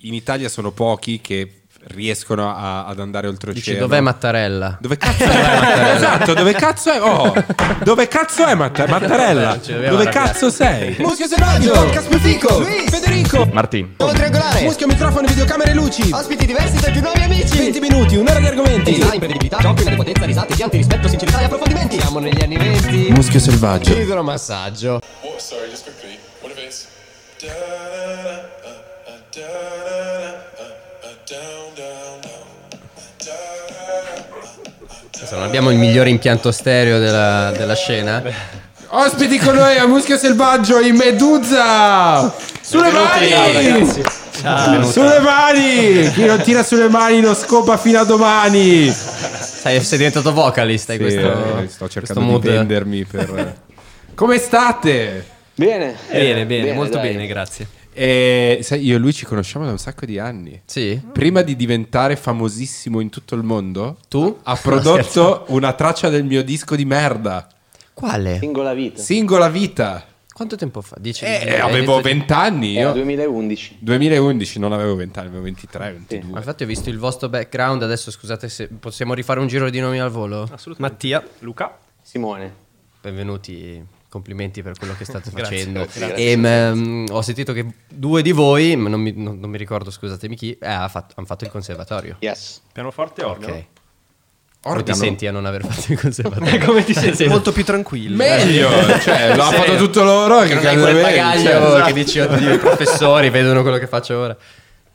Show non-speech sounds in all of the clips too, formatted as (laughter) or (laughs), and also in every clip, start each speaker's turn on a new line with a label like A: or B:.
A: in Italia sono pochi che riescono a- ad andare
B: Dici
A: oltreoceano.
B: dov'è Mattarella?
A: Dove cazzo è
B: (laughs)
A: Mattarella? esatto, dove cazzo è? Oh, dove cazzo è Matta- Mattarella?
B: Non ci dobbiamo
A: Dove
B: arrabbiare.
A: cazzo sei?
C: Muschio selvaggio, podcast più fico, Federico,
D: Martin.
C: Nuovo triangolare,
A: Muschio, microfono, videocamere, luci.
C: ospiti diversi dai più nuovi amici.
A: 20 minuti, un'ora di argomenti.
C: Design, imprevedibilità, giochi, inadeguatezza, risate, pianti, rispetto, sincerità e approfondimenti. Siamo negli anni 20.
A: Muschio selvaggio.
C: Idromassaggio.
E: Oh, sorry, just quickly. What if it's da da da uh, uh, da da da uh, uh, down down down da da da.
B: Adesso Non abbiamo il migliore impianto stereo della, della scena.
A: Ospiti con noi a Muschio selvaggio in Medusa. Sulle mani! Sulle mani! Chi non tira sulle mani lo scopa fino a domani.
B: Sai, sei diventato vocalista in
A: Sì,
B: questo,
A: eh, sto
B: questo
A: cercando di
B: mood.
A: vendermi per... Come state?
F: Bene.
B: Bene, bene, molto
F: dai.
B: bene, grazie.
A: Eh, sai, io e lui ci conosciamo da un sacco di anni.
B: Sì?
A: Prima di diventare famosissimo in tutto il mondo,
B: Tu?
A: ha prodotto una traccia del mio disco di merda,
B: Quale?
F: Singola vita.
A: Singola Vita.
B: Quanto tempo fa? Dici?
A: Eh,
B: hai
A: avevo
B: detto di- Eh,
A: 20 anni
F: Era
A: io.
F: 2011.
A: 2011 non avevo 20 anni, avevo 23, 22.
B: Ma infatti ho visto il vostro background, adesso scusate se possiamo rifare un giro di nomi al volo?
G: Assolutamente. Mattia. Luca.
F: Simone.
B: Benvenuti, complimenti per quello che state
G: (laughs) Grazie,
B: facendo.
G: grazie,
B: E, mm, ho sentito che due di voi, ma non mi, non- non mi ricordo scusatemi chi, eh, ha fatto- hanno fatto il conservatorio.
F: Yes.
G: Pianoforte organo.
B: Ok. Come
A: Organo.
B: ti senti a non aver fatto
G: (laughs)
B: il conservatorio?
G: Eh, Come ti senti? Molto più tranquillo. Eh,
A: Meglio, cioè, l'ha fatto tutto loro. Che
B: Che non hai quel
A: cazzo è?
B: bagaglio esatto.
A: Cioè,
G: Esatto.
B: che dici oddio i professori vedono quello che faccio ora.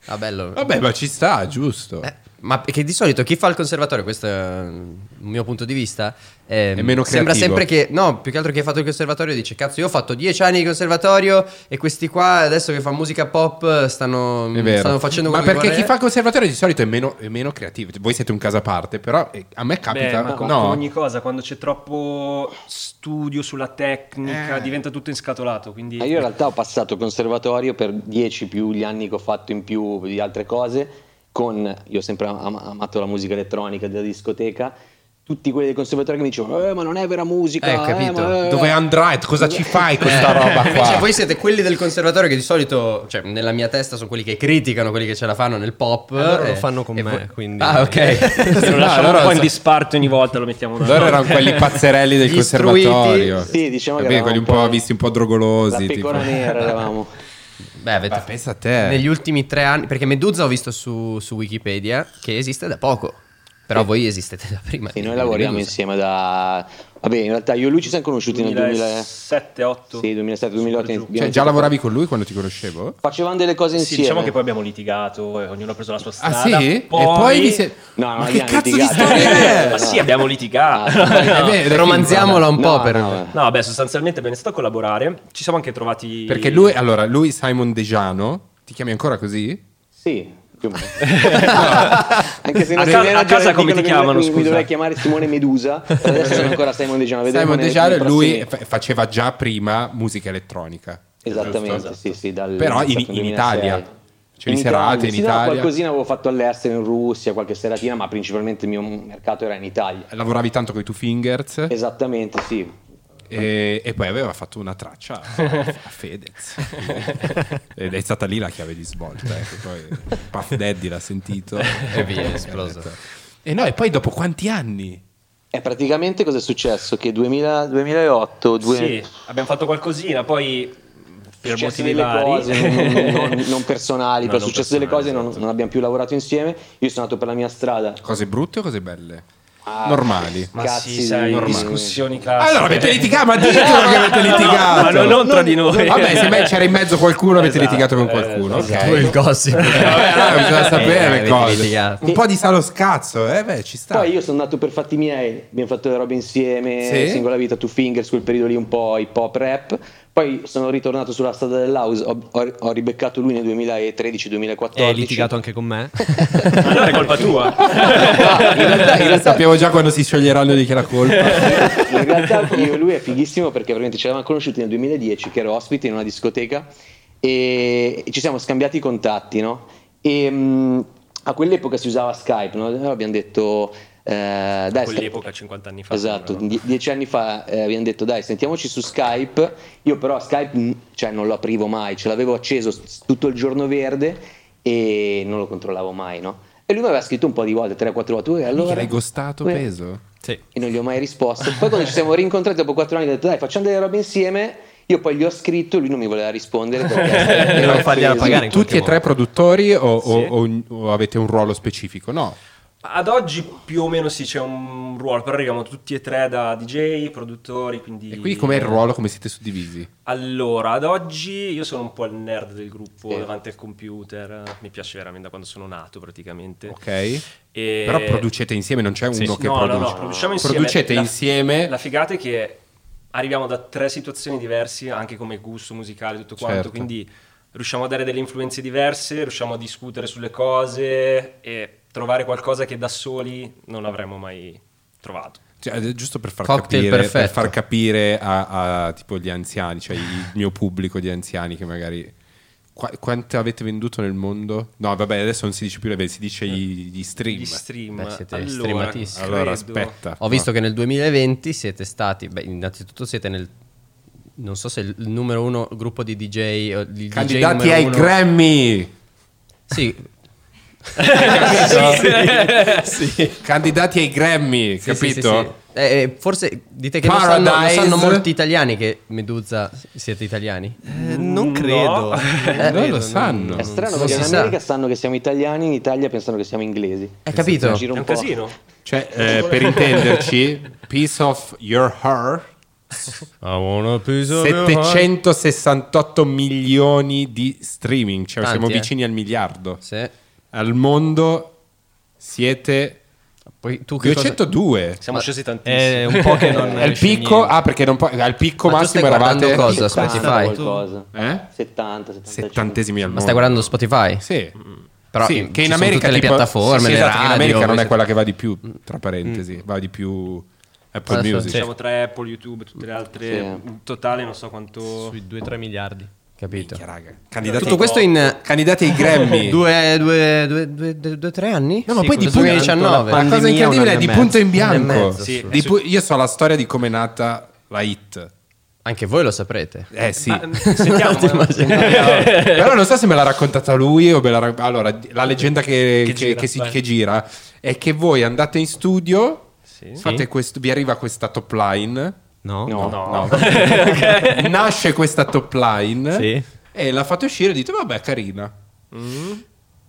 B: Ah bello.
A: Vabbè, ma ci sta, giusto.
B: Eh, ma perché di solito chi fa il conservatorio, questo è il mio punto di vista, ehm,
A: È meno
B: sembra
A: creativo.
B: sempre che, no, più che altro chi ha fatto il conservatorio dice, cazzo io ho fatto dieci anni di conservatorio e questi qua adesso che fa musica pop stanno,
A: È vero.
B: stanno facendo
A: ma
B: quello che
A: perché chi fa
B: vorrei".
A: il conservatorio di solito è meno, è meno creativo. Voi siete un caso a parte, però eh, a me capita.
G: Beh, ma
A: no,
G: con con ogni cosa, quando c'è troppo studio sulla tecnica,
A: Eh.
G: diventa tutto inscatolato. Quindi
F: Ma Ah, io in realtà ho passato conservatorio per 10 più gli anni che ho fatto in più di altre cose. Con io ho sempre am- amato la musica elettronica della discoteca. Tutti quelli del conservatorio che mi dicevano: "Eh, ma non è vera musica.
B: Eh,
F: eh,
B: capito.
F: ma, eh,
A: Dove
F: eh".
A: andrai? Cosa ci fai con
G: Eh.
A: questa roba qua?
G: Cioè,
B: Invece Eh, cioè, voi siete quelli del conservatorio che di solito, cioè nella mia testa sono quelli che criticano, quelli che ce la fanno nel pop.
H: Allora lo
B: eh,
H: fanno con
B: e
H: me,
B: voi-
H: quindi-
A: (laughs)
B: Ah, ok.
G: (laughs) lo lasciamo
A: allora
G: un po' in
A: so-
G: disparte ogni volta, lo mettiamo da
A: Loro erano
G: (laughs)
A: quelli pazzerelli del
B: Gli istruiti.
A: conservatorio.
F: Sì, diciamo che
A: Capito?
F: eravamo
A: quelli un
F: un
A: po'
F: po'
A: visti un po' drogolosi.
F: La
A: tipo. Eh,
F: pecora
A: (laughs)
F: nera eravamo.
B: Beh, avete
A: Ma pensa a te.
B: negli ultimi tre anni. Perché Medusa ho visto su, su Wikipedia che esiste da poco. Però voi esistete da prima.
F: Sì,
B: di-
F: noi
B: di
F: lavoriamo
B: Medusa.
F: insieme da. Vabbè, in realtà io e lui ci siamo conosciuti nel 2000.
G: 2007 8
F: Sì, 2007-2008.
A: Cioè,
F: abbiamo-
A: già lavoravi con lui quando ti conoscevo?
F: Facevamo delle cose
G: Sì,
F: insieme.
G: diciamo che poi abbiamo litigato, e ognuno ha preso la sua
A: Ah,
G: strada.
A: sì? E poi vi
G: (laughs)
A: siete.
F: No, no,
A: Ma che
F: abbiamo
A: cazzo di
F: litigato.
A: storia è?
G: Ma sì, abbiamo litigato. (laughs)
A: Eh, beh, dai,
B: Romanziamola un po'
F: Ah, No,
B: per.
F: no, eh.
G: No, beh, sostanzialmente è stato a collaborare. Ci siamo anche trovati.
A: Perché lui, allora, lui Simon Dejano, ti chiami ancora così?
F: Sì, più
G: (laughs)
F: o meno. Anche se
G: A
F: non
G: ca- a casa come ti chiamano,
F: Mi, mi
G: scusa?
F: dovrei chiamare Simone Medusa, però adesso sono ancora Ah, Simon Dejano. vedremo
A: Simon
F: nei-
A: Dejano,
F: nei
A: lui
F: prossimi-
A: fa- faceva già prima musica elettronica.
F: Esattamente,
A: Giusto?
F: sì, sì. dal-
A: Però in,
F: dal
A: in
F: 2006.
A: Italia. Cioè, in
F: In
A: serate in
F: sì, no,
A: Italia.
F: qualcosina avevo fatto all'estero, in Russia, qualche seratina, ma principalmente il mio mercato era in Italia.
A: Lavoravi tanto con i Two Fingers
F: Esattamente, sì.
A: e, e poi aveva fatto una traccia a, a
B: (laughs)
A: Fedez. Ed è stata lì la chiave di svolta. ecco. Poi Puff Daddy l'ha
B: (laughs)
A: sentito e
B: via,
A: e
B: è
A: ha
B: esploso.
A: detto- E no, e poi dopo quanti anni?
F: E praticamente cosa è successo? Che 2000, 2008, due...
G: Sì, abbiamo fatto qualcosina, poi per
F: successe
G: motivi
F: delle
G: vari.
F: cose non,
G: (laughs)
F: non- non personali,
G: No,
F: però
G: non
F: successe delle
G: personali,
F: cose non,
G: esatto.
F: non abbiamo più lavorato insieme. Io sono andato per la mia strada.
A: Cose brutte o cose belle?
F: Ah,
A: Normali.
G: Ma
F: Cazzi
G: sì, sai,
F: normali.
G: discussioni classiche.
A: Allora avete
G: (laughs)
A: litigato, ma ditelo che avete litigato.
G: ma no, non tra di noi.
A: Vabbè, se mai c'era in mezzo qualcuno, avete
G: Esatto,
A: litigato con qualcuno.
G: esatto.
A: ok.
B: Tu il (laughs) gossip.
A: Vabbè, allora bisogna
B: Eh,
A: sapere
B: avete
A: cose.
B: litigato.
A: Un po' di salo scazzo, eh? Beh, ci sta.
F: Poi io sono andato per fatti miei, abbiamo fatto le robe insieme,
A: Sì.
F: singola vita, two fingers, quel periodo lì un po' hip hop rap. Poi sono ritornato sulla strada dell'house, ho, ho- ho ribeccato lui nel 2013-2014.
G: Eh,
H: E hai litigato anche con
B: (laughs)
H: me?
G: Allora è colpa tua.
F: in realtà, in realtà-
A: Sappiamo già quando si scioglieranno di chi è la
B: (laughs)
A: colpa.
F: in realtà io e lui è fighissimo perché veramente ci eravamo conosciuti nel 2010 che ero ospite in una discoteca e ci siamo scambiati i contatti no? e mh, a quell'epoca si usava Skype no? Allora abbiamo detto eh, dai
G: Quell'epoca, 50 anni fa.
F: Esatto,
G: sembra, no?
F: die- dieci anni fa eh, abbiamo detto dai sentiamoci su mm, Skype, io però Skype mh, cioè, non lo aprivo mai, ce l'avevo acceso s- tutto il giorno verde e non lo controllavo mai, no? E lui mi aveva scritto un po' di volte, 3-4 volte, "Uè, allora...
A: L'hai gostato
F: Uè,
A: peso?
B: Sì.
F: e non gli ho mai risposto. Poi quando ci siamo rincontrati dopo quattro anni ho detto dai facciamo delle robe insieme, io poi gli ho scritto e lui non mi voleva
B: (laughs)
F: rispondere perché
B: E non fargliela
F: offeso.
B: pagare in
A: Eh, Tutti
B: qualche
A: e tre
B: modo.
A: produttori o, o-
G: Sì.
A: o- o avete un ruolo specifico? No.
G: Ad oggi più o meno sì c'è un ruolo, però arriviamo tutti e tre da DJ, produttori, quindi...
A: E quindi com'è il ruolo, come siete suddivisi?
G: Allora, ad oggi io sono un po' il nerd del gruppo
F: Sì.
G: davanti al computer, mi piace veramente da quando sono nato praticamente.
A: Ok?
G: E-
A: Però producete insieme, non c'è uno
G: Sì.
A: che
G: No, no,
A: produce.
G: no, produciamo insieme.
A: Producete
G: La-
A: insieme.
G: La figata è che arriviamo da tre situazioni diverse, anche come gusto musicale, tutto quanto,
A: Certo.
G: quindi riusciamo a dare delle influenze diverse, riusciamo a discutere sulle cose e trovare qualcosa che da soli non avremmo mai trovato.
A: Cioè, eh, giusto per far
B: Cocktail
A: capire, per
B: perfetto.
A: far capire a, a, tipo gli anziani, cioè il mio pubblico di anziani che magari Qua- quanto avete venduto nel mondo? No, vabbè, adesso non si dice più le vendite, si dice
B: Eh.
A: gli, gli stream.
G: Gli stream,
B: Beh, siete
G: allora,
B: streamatissimi.
A: allora
G: credo-
A: aspetta.
B: Ho visto che nel 2020 siete stati, beh, innanzitutto siete nel non so se il numero uno gruppo di DJ o di DJ
A: Candidati
B: numero
A: ai
B: uno-
A: Grammy.
B: Sì,
A: Candidati ai Grammy,
B: Sì, sì,
A: capito?
B: sì, sì. Eh, eh, forse dite che non sanno, non
A: Paradise.
B: sanno molti italiani che Meduza siete italiani. Eh,
G: non credo.
A: (laughs) Non lo sanno.
F: È strano
B: Non
F: perché in
B: si sa.
F: America sanno che siamo italiani, in Italia pensano che siamo inglesi.
B: Hai capito?
F: Mi gira
G: È un
F: po'.
G: casino.
A: Cioè, eh, per intenderci, piece of your heart. 768 milioni di streaming, cioè
B: Tanti,
A: siamo
B: eh.
A: vicini al miliardo.
B: Sì.
A: Al mondo siete
B: Poi tu che cosa-
A: 202.
G: Siamo scesi tantissimo. (laughs)
D: È un po'
B: (laughs)
D: che non
A: Al
D: esce
A: picco,
D: niente.
A: ah, perché non può- al picco
B: Ma tu stai
A: massimo eravate
B: guardando cosa?
F: Settanta
B: Spotify?
F: qualcosa.
A: Eh?
F: 70, 75.
A: settantesimi al mondo.
B: Ma stai guardando Spotify?
A: Sì.
B: Mm. Però
A: Sì,
B: in-
A: che
B: ci
A: in
B: sono
A: America
B: tutte le
A: tipo-
B: piattaforme,
A: sì, sì,
B: le
A: esatto, che in
B: radio,
A: America non è
B: queste-
A: quella che va di più, tra parentesi, va di più Apple
B: Adesso- diciamo
A: Music.
G: Siamo Diciamo tre Apple, YouTube, tutte le altre.
F: Sì.
G: In totale non so quanto...
D: sui 2-3 miliardi.
B: Capito.
A: Minchia, raga. Candidati
B: Tutto questo in
A: candidati ai Grammy.
B: (laughs) due, due, due, due, due- due- tre anni?
A: No, ma
B: Sì,
A: poi di
B: questo
A: punto
B: 2019.
A: La cosa
D: pandemia, un
A: incredibile è
D: anno
A: di
D: e mezzo.
A: punto in
B: Un anno e
A: bianco.
B: mezzo,
G: Sì.
A: Di pu- io so la storia di come è nata la hit.
B: Anche voi lo saprete. (laughs)
A: Eh sì. eh.
G: Ma, sentiamo,
B: Ti immagini?
A: (laughs) Però non so se me l'ha raccontata lui o me l'ha rac- Allora, la leggenda che, che- che si- che gira,
G: gira, vai.
A: è che voi andate in studio,
G: Sì.
A: fate questo- vi arriva questa top line,
D: No?
F: No,
G: No.
A: nasce questa top line
D: Sì.
A: e la fate uscire e dite vabbè carina.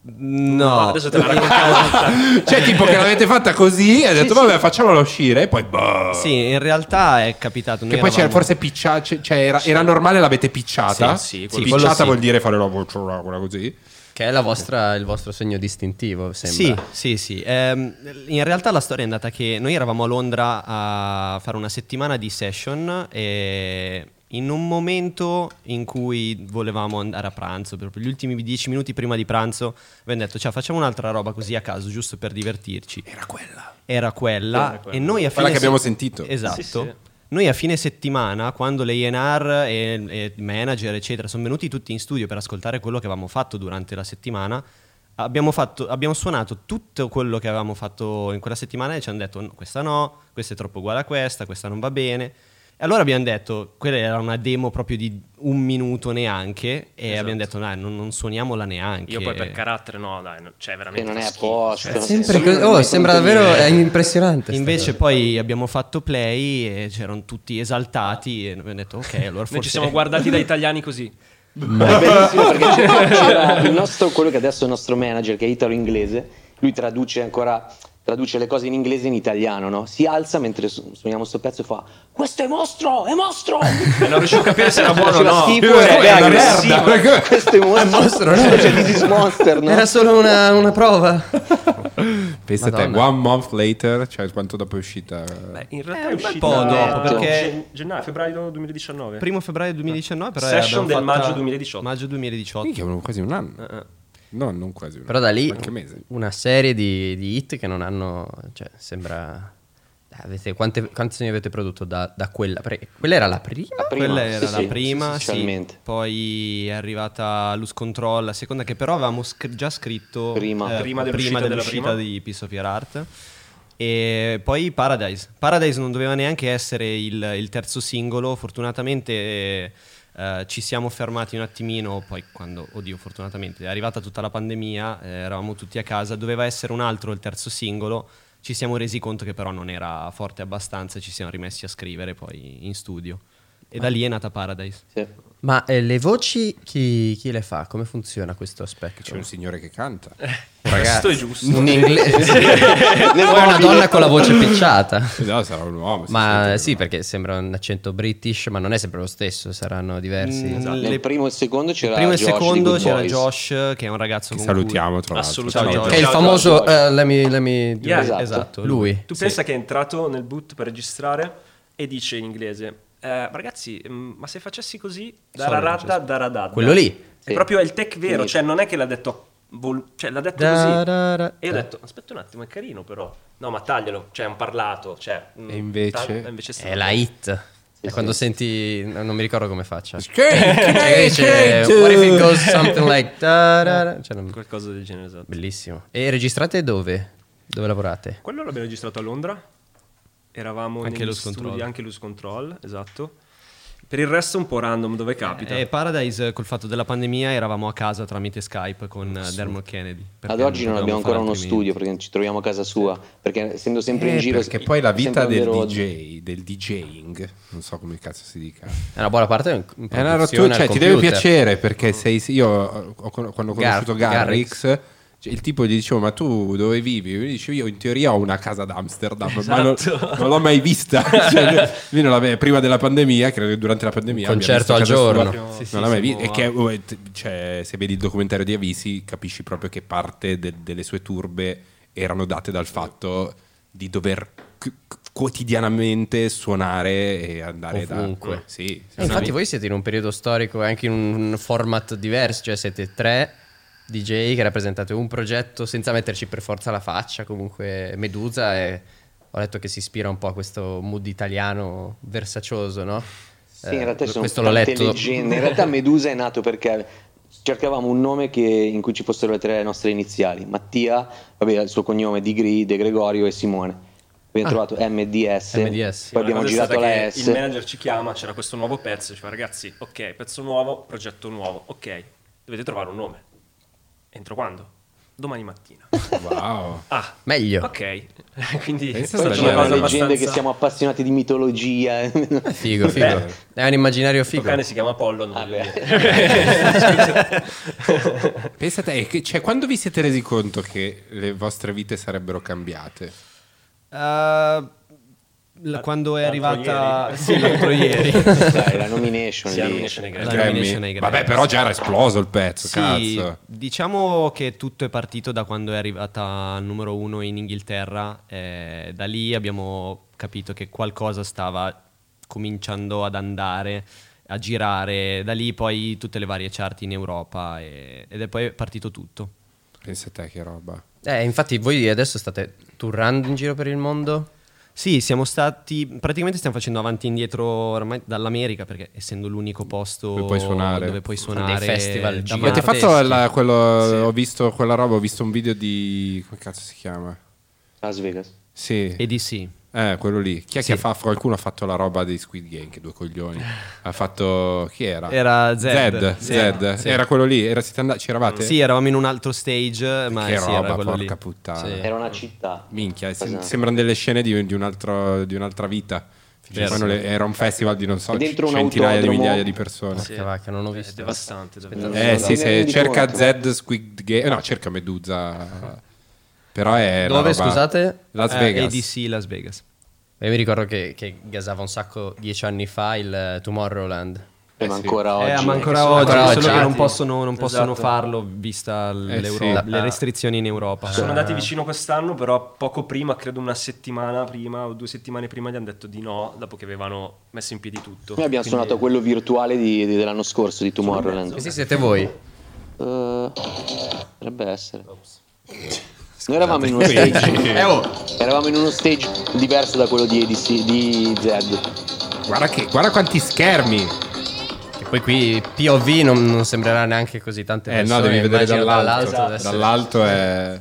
D: No.
G: Adesso te la
A: (laughs)
G: raccontiamo.
A: Cioè tipo che l'avete fatta così e ha detto
F: sì.
A: vabbè facciamola uscire e poi boh.
D: Sì, in realtà è capitato.
A: Che poi c'era forse picciata, cioè era, era normale l'avete picciata.
D: Sì, sì, quello-
A: picciata
D: quello sì.
A: vuol dire fare la voce quella così.
B: Che è la vostra, il vostro segno distintivo,
D: Sì,
B: sembra.
D: sì, sì. Ehm, in realtà la storia è andata che noi eravamo a Londra a fare una settimana di session e in un momento in cui volevamo andare a pranzo, proprio gli ultimi dieci minuti prima di pranzo, abbiamo detto, cioè facciamo un'altra roba così a caso, giusto per divertirci.
A: Era quella.
D: Era quella,
G: Era quella.
D: e noi a
A: Quella
D: fine
A: che abbiamo sentito.
D: Esatto.
G: Sì, sì.
D: Noi a fine settimana, quando l'A&R e, e il manager, eccetera, sono venuti tutti in studio per ascoltare quello che avevamo fatto durante la settimana, abbiamo, fatto- abbiamo suonato tutto quello che avevamo fatto in quella settimana e ci hanno detto "No, questa no, questa è troppo uguale a questa, questa non va bene. E allora abbiamo detto, quella era una demo proprio di un minuto neanche, e
G: Esatto.
D: abbiamo detto, dai, non, non suoniamola neanche.
G: Io poi per carattere no, dai, no- cioè
F: Che
G: veramente...
F: non è
G: fa
F: a
G: schifo,
F: posto.
G: cioè,
B: Sempre
F: Solo
B: così- oh,
F: nei
B: sembra
F: contenuti.
B: davvero è impressionante. sta
D: Invece
B: cosa.
D: poi abbiamo fatto play e c'erano tutti esaltati e abbiamo detto ok, allora forse...
G: Noi ci siamo guardati da italiani così.
F: È bellissimo perché c'era, c'era il nostro, quello che adesso è il nostro manager, che è italo-inglese, lui traduce ancora traduce le cose in inglese e in italiano, no? Si alza mentre su- suoniamo sto pezzo e fa "Questo è mostro, è mostro!"
G: E non riuscivo a capire se era buono o
F: Faceva
G: no.
F: schifo
A: Io-
F: e
A: è una
F: aggressivo.
A: merda, perché-
F: Questo è mostro,
B: no?
F: Cioè, this is monster, no?
B: Era solo una, una
D: (laughs)
B: prova.
A: Pensa a te,
B: Madonna.
A: one month later, cioè quanto dopo è uscita.
G: Beh, in realtà
D: Eh,
G: è
D: un bel
G: uscito
D: po'
F: dopo,
D: perché-
G: gennaio, febbraio 2019.
D: (laughs) Primo febbraio 2019, però eh,
G: Session
D: abbiamo
G: del
D: fatta-
G: maggio 2018.
D: Maggio 2018.
A: Minchia, avevo quasi un anno. No, non quasi un anno.
B: Però da lì
A: Qualche mese.
B: una serie di, di hit che non hanno. Cioè, sembra. Dai, avete- quante canzoni avete prodotto da, da quella? Perché quella era la prima?
F: prima.
D: Quella era
F: Sì,
D: la
F: sì,
D: prima,
F: sì,
D: sì.
F: socialmente.
D: poi è arrivata Luz Control, la seconda che però avevamo sc- già scritto eh,
F: Prima.
G: Prima dell'uscita della prima.
D: dell'uscita di Piece of Your Art. E poi Paradise. Paradise non doveva neanche essere il, il terzo singolo, fortunatamente eh, Eh, ci siamo fermati un attimino, poi quando, oddio, fortunatamente è arrivata tutta la pandemia, eh, eravamo tutti a casa, doveva essere un altro il terzo singolo, ci siamo resi conto che però non era forte abbastanza e ci siamo rimessi a scrivere poi in studio. E da lì è nata Paradise.
F: Sì.
B: Ma eh, le voci chi, chi le fa? Come funziona questo
A: C'è
B: aspetto?
A: un signore che canta.
G: Questo è giusto.
A: (laughs)
B: Un inglese. Poi una donna con la voce picciata.
A: No, sarà un uomo. si
B: Ma
A: sente
B: sì,
A: un uomo.
B: perché sembra un accento british, ma non è sempre lo stesso, saranno diversi.
D: Mm,
F: Nel
D: le-
F: primo e il secondo c'era
D: Il primo e il
F: Josh di
D: secondo
F: Good
D: c'era
F: Boys.
D: Josh, che è un ragazzo
A: Che
D: con
A: salutiamo, tra l'altro.
G: Assolutamente.
D: Ciao,
B: È il
F: Josh,
B: famoso...
F: Josh.
B: eh, let me- let me-
G: Yeah.
D: cui-
F: Esatto.
D: Esatto,
B: Lui.
G: Tu pensa che è entrato nel boot per registrare e dice in inglese: "Eh, Ragazzi, mm, ma se facessi così, dararata, daradada.
B: Quello lì.
G: È
F: Sì.
G: proprio il tech vero,
F: Sì.
G: cioè non è che l'ha detto. vol- cioè l'ha detto
B: Da,
G: così.
B: da, da.
G: e io ho detto: Aspetta un attimo, è carino però. No, ma taglialo. Cioè, è un parlato. Cioè, mm,
A: E invece-
G: ta- e invece è stato-
B: È la hit. È quando senti... no, Non mi ricordo come faccia. (laughs)
A: Che-
F: Eh,
B: Perché
A: che-
B: dice, What if it goes something
F: (laughs)
B: like... da, da, da?" Cioè, non-
G: Qualcosa del genere, esatto.
B: Bellissimo. E registrate dove? Dove lavorate?
G: Quello l'abbiamo registrato a Londra. Eravamo
D: Anche
G: negli
D: Lose Control.
G: studi- anche Lose Control, esatto. Per il resto un po' random dove capita.
D: E Paradise eh, col fatto della pandemia eravamo a casa tramite Skype con eh, Dermot Kennedy. perché
F: Ad oggi non abbiamo
D: potevamo fare
F: ancora uno
D: altrimenti.
F: studio perché ci troviamo a casa sua, perché essendo sempre in
A: Eh,
F: giro...
A: perché poi la vita
F: sempre on
A: del
F: the road.
A: DJ, del DJing, non so come cazzo si dica.
B: È una buona parte. in- in
A: È una
B: produzione
A: rottura,
B: al
A: cioè ti deve
B: computer.
A: piacere perché sei, io ho- ho- quando ho conosciuto
B: Gar-
A: Garrix, cioè, il tipo gli dicevo ma tu dove vivi? Lui dice io in teoria ho una casa ad Amsterdam, ma non,
B: Esatto.
A: non l'ho mai
B: (laughs)
A: vista. Cioè, lui non l'aveva- prima della pandemia, credo che durante la pandemia...
B: Un
A: abbia
B: concerto
A: visto
B: al
A: casa
B: giorno.
A: sua,
D: Sì, sì,
A: non l'ha mai
D: siamo
A: vista. E che, eh, t- cioè, se vedi il documentario di Avisi capisci proprio che parte de- delle sue turbe erano date dal fatto di dover c- c- quotidianamente suonare e andare
B: Ovunque.
A: da... Sì, sì,
B: Eh, infatti voi siete in un periodo storico e anche in un format diverso, cioè siete tre DJ che rappresentate un progetto senza metterci per forza la faccia, comunque Medusa è, ho letto che si ispira un po' a questo mood italiano versacioso, no?
F: Sì, in realtà ci sono
B: Eh, questo l'ho
F: tante
B: letto.
F: leggende. In realtà Medusa è nato perché cercavamo un nome che- in cui ci fossero le tre nostre iniziali: Mattia, vabbè, il suo cognome Di Gri, De Gregorio e Simone. Abbiamo trovato MDS,
B: MDS.
F: poi
G: Una
F: abbiamo
G: cosa è
F: girato
G: stata
F: la
G: che
F: S.
G: Il manager ci chiama, c'era questo nuovo pezzo, diceva ragazzi, ok, pezzo nuovo, progetto nuovo, ok, dovete trovare un nome. Entro quando?
F: (laughs)
G: Domani mattina.
A: Wow.
G: Ah,
B: Meglio.
G: ok. (laughs) Quindi è
A: Pensa
G: stata
F: Poi
A: alla gente.
F: ci sono le
G: una cosa abbastanza...
F: leggende che siamo appassionati di (laughs) mitologia.
B: Figo, figo.
A: Beh.
B: È un immaginario
G: Il
B: figo.
G: cane si chiama Apollo,
F: Ah,
G: non voglio
F: Vabbè.
G: dire.
F: (laughs)
A: Pensa te, che- cioè, quando vi siete resi conto che le vostre vite sarebbero cambiate?
D: Eh, l- quando è
G: L'altro
D: arrivata...
G: ieri.
D: Sì,
A: (laughs)
D: l'altro ieri.
F: Dai, la nomination
G: Sì, la
F: lì.
G: nomination è grande.
D: La
A: Grammy?
D: nomination ai Grammy.
A: Cioè, Vabbè, però già era esploso il pezzo,
D: Sì,
A: cazzo.
D: diciamo che tutto è partito da quando è arrivata al numero uno in Inghilterra. eh, da lì abbiamo capito che qualcosa stava cominciando ad andare, a girare. Da lì poi tutte le varie chart in Europa e- ed è poi partito tutto.
A: Pensa te che roba.
B: Eh, infatti voi adesso state tourando in giro per il mondo?
D: Sì, siamo stati. Praticamente stiamo facendo avanti e indietro ormai dall'America, perché essendo l'unico posto
A: Dove puoi suonare.
D: dove puoi
B: Sono dei
D: suonare
B: festival
D: da
A: Avete
B: giganteschi.
D: Marte.
A: fatto la- quello,
D: Sì.
A: ho visto quella roba, ho visto un video di... come cazzo si chiama?
F: Las Vegas.
A: Sì.
D: E di sì.
A: Eh, quello lì. Chi è che fa? Qualcuno ha fatto la roba di Squid Game, che due coglioni. ha fatto... chi era?
D: Era Zed.
A: Zed.
D: Sì.
A: Zed.
D: Sì.
A: Era quello lì. Era, siete andati, c'eravate?
D: Sì, eravamo in un altro stage, ma
A: Che
D: sì, era
A: roba,
D: quello lì.
A: porca puttana.
B: Sì.
F: Era una città.
A: Minchia, sem-
F: Cosa-
A: sembrano delle scene di, di un altro- di un'altra vita. Cioè,
D: Vero.
A: fanno le- era un festival di non so,
F: Eh. E dentro un
A: centinaia di
F: autodromo-
A: migliaia di persone.
B: Porca vacca, non ho visto.
G: È devastante, davvero.
F: Aspetta.
A: Eh
F: Sì.
A: sì, se
F: Sì. ecco.
A: cerca Zed Squid Game, no, cerca Medusa. Però è una
B: Dove,
A: roba-
B: scusate?
A: Las
D: Eh,
A: Vegas.
D: EDC Las Vegas.
B: Io mi ricordo che, che gasava un sacco dieci anni fa il eh, Tomorrowland.
F: Eh, ma ancora
D: Eh,
F: oggi.
D: ma ancora
B: sono
D: oggi,
B: ancora
D: solo
B: oggi.
D: che non possono, non possono
G: Esatto.
D: farlo vista l'Euro-
A: Eh sì. La-
D: le restrizioni in Europa.
G: Sono
F: Ah.
G: andati vicino quest'anno, però poco prima, credo una settimana prima o due settimane prima, gli hanno detto di no, dopo che avevano messo in piedi tutto.
F: Noi abbiamo
G: Quindi-
F: suonato quello virtuale di- di- dell'anno scorso, di Tomorrowland.
B: Questi siete voi.
F: Eh, potrebbe essere. Noi eravamo in uno stage.
B: (laughs) Eh, oh,
F: Eravamo in uno stage diverso da quello di ADC, di Zed.
A: Guarda, che- guarda quanti schermi.
B: Che poi qui POV non, non sembrerà neanche così tante
A: Eh no,
B: persone.
A: devi vedere
B: immagino
A: dall'alto.
B: deve essere-
A: Dall'alto è...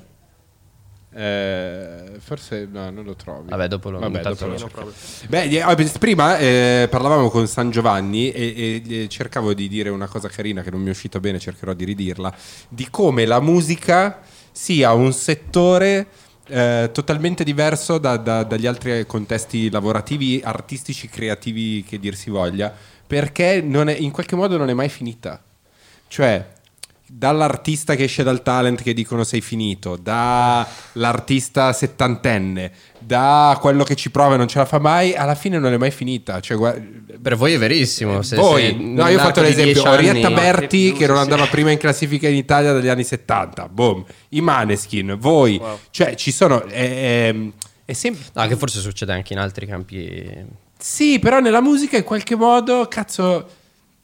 A: è Forse no, non lo trovi.
B: Vabbè, dopo lo-
A: Vabbè, dopo
B: intanto
A: lo
B: lo
A: cerco. Beh, gli- ah, prima eh, parlavamo con San Giovanni e, e- e cercavo di dire una cosa carina che non mi è uscita bene, cercherò di ridirla, di come la musica sia un settore eh, totalmente diverso da- da- dagli altri contesti lavorativi, artistici, creativi che dir si voglia, perché non è- in qualche modo non è mai finita. Cioè, dall'artista che esce dal talent che dicono sei finito, dall'artista settantenne, da quello che ci prova e non ce la fa mai, alla fine non è mai finita. Cioè, guarda-
B: Per voi è verissimo. Boh, Se,
A: Poi,
B: se
A: no,
B: un
A: io ho
B: arco
A: fatto
B: di
A: l'esempio:
B: 10
A: Orietta
B: anni-
A: Berti
G: più,
A: che non
G: sì,
A: andava prima in classifica in Italia dagli anni 70, boom, i Maneskin, voi, cioè ci sono... È, è- è sempre...
B: No, che forse succede anche in altri campi.
A: Sì, però nella musica in qualche modo, cazzo,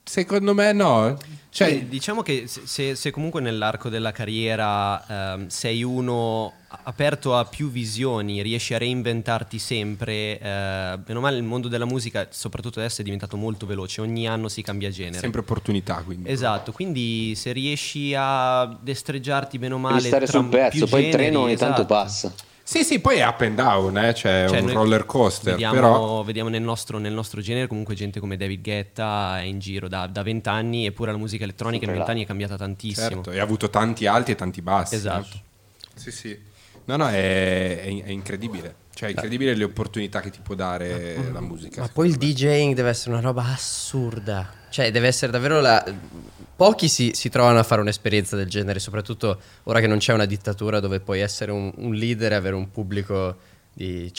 A: secondo me no. Cioè,
D: Sì, diciamo che se- se, se comunque nell'arco della carriera ehm, sei uno a- aperto a più visioni, riesci a reinventarti sempre, eh, meno male il mondo della musica, soprattutto adesso, è diventato molto veloce, ogni anno si cambia genere.
A: sempre opportunità, quindi.
D: Esatto, quindi se riesci a destreggiarti bene o male...
F: Devi stare
D: tra
F: sul
D: più
F: pezzo, poi il
D: generi,
F: treno ogni tanto
D: esatto.
F: passa.
A: Sì, sì, poi è up and down, eh, cioè, è
D: Cioè,
A: un
D: noi
A: roller coaster,
D: Vediamo,
A: però...
D: vediamo nel, nostro, nel nostro genere comunque gente come David Guetta è in giro da da vent'anni, eppure la musica elettronica in
F: Sempre là.
D: vent'anni è cambiata tantissimo.
A: Certo, e ha avuto tanti alti e tanti bassi.
D: Esatto.
A: eh. Sì, sì. No, no, è, è- è incredibile.
D: Eh.
A: Cioè, è incredibile le opportunità che ti può dare la musica.
B: Ma
A: secondo
B: poi il
A: me.
B: DJing deve essere una roba assurda. Cioè, deve essere davvero la. Pochi si, si trovano a fare un'esperienza del genere, soprattutto ora che non c'è una dittatura dove puoi essere un, un leader e avere un pubblico di 50.000,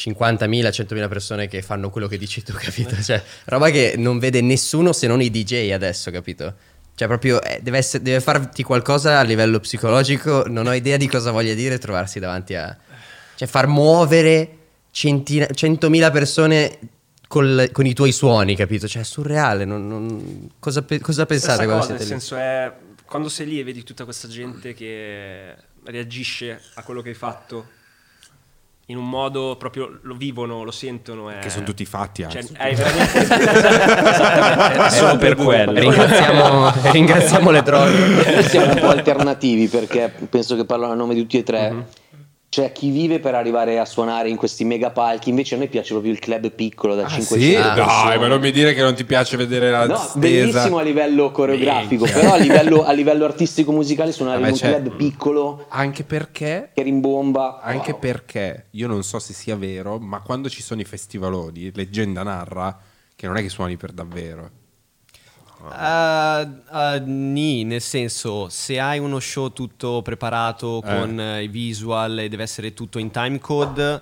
B: 100.000 persone che fanno quello che dici tu, (laughs) capito? Cioè, roba che non vede nessuno se non i DJ adesso, capito? Cioè, proprio eh, deve, essere- deve farti qualcosa a livello psicologico, non ho idea di cosa voglia dire trovarsi davanti a... Cioè, far muovere centina- 100.000 persone col- con i tuoi suoni, capito? Cioè, è surreale. non- non- cosa, pe- cosa pensate
G: Stessa
B: quando
G: cosa,
B: siete
G: nel
B: lì?
G: senso è quando sei lì e vedi tutta questa gente che reagisce a quello che hai fatto in un modo proprio lo vivono, lo sentono. È...
A: Che sono tutti fatti,
G: Cioè,
A: anzi.
G: hai (laughs) veramente... Esattamente, è solo per quello. (laughs)
B: Ringraziamo, ringraziamo le droghe.
F: Noi siamo un po' alternativi perché penso che parlano a nome di tutti e tre.
B: Mhm.
F: Cioè, chi vive per arrivare a suonare in questi mega palchi, invece a noi piace proprio il club piccolo da
A: Ah,
F: 500
A: sì?
F: persone.
A: Dai, ma non mi dire che non ti piace vedere la
F: No,
A: stesa.
F: bellissimo a livello coreografico,
A: Minchia.
F: però a livello, a livello artistico-musicale suonare
A: Vabbè,
F: in un
A: cioè-
F: club piccolo
A: Anche perché...
F: che rimbomba.
A: Anche
F: wow.
A: perché io non so se sia vero, ma quando ci sono i festivaloni, leggenda narra che non è che suoni per davvero.
D: Eh, eh, nì, nel senso, se hai uno show tutto preparato con eh, i visual e deve essere tutto in time code,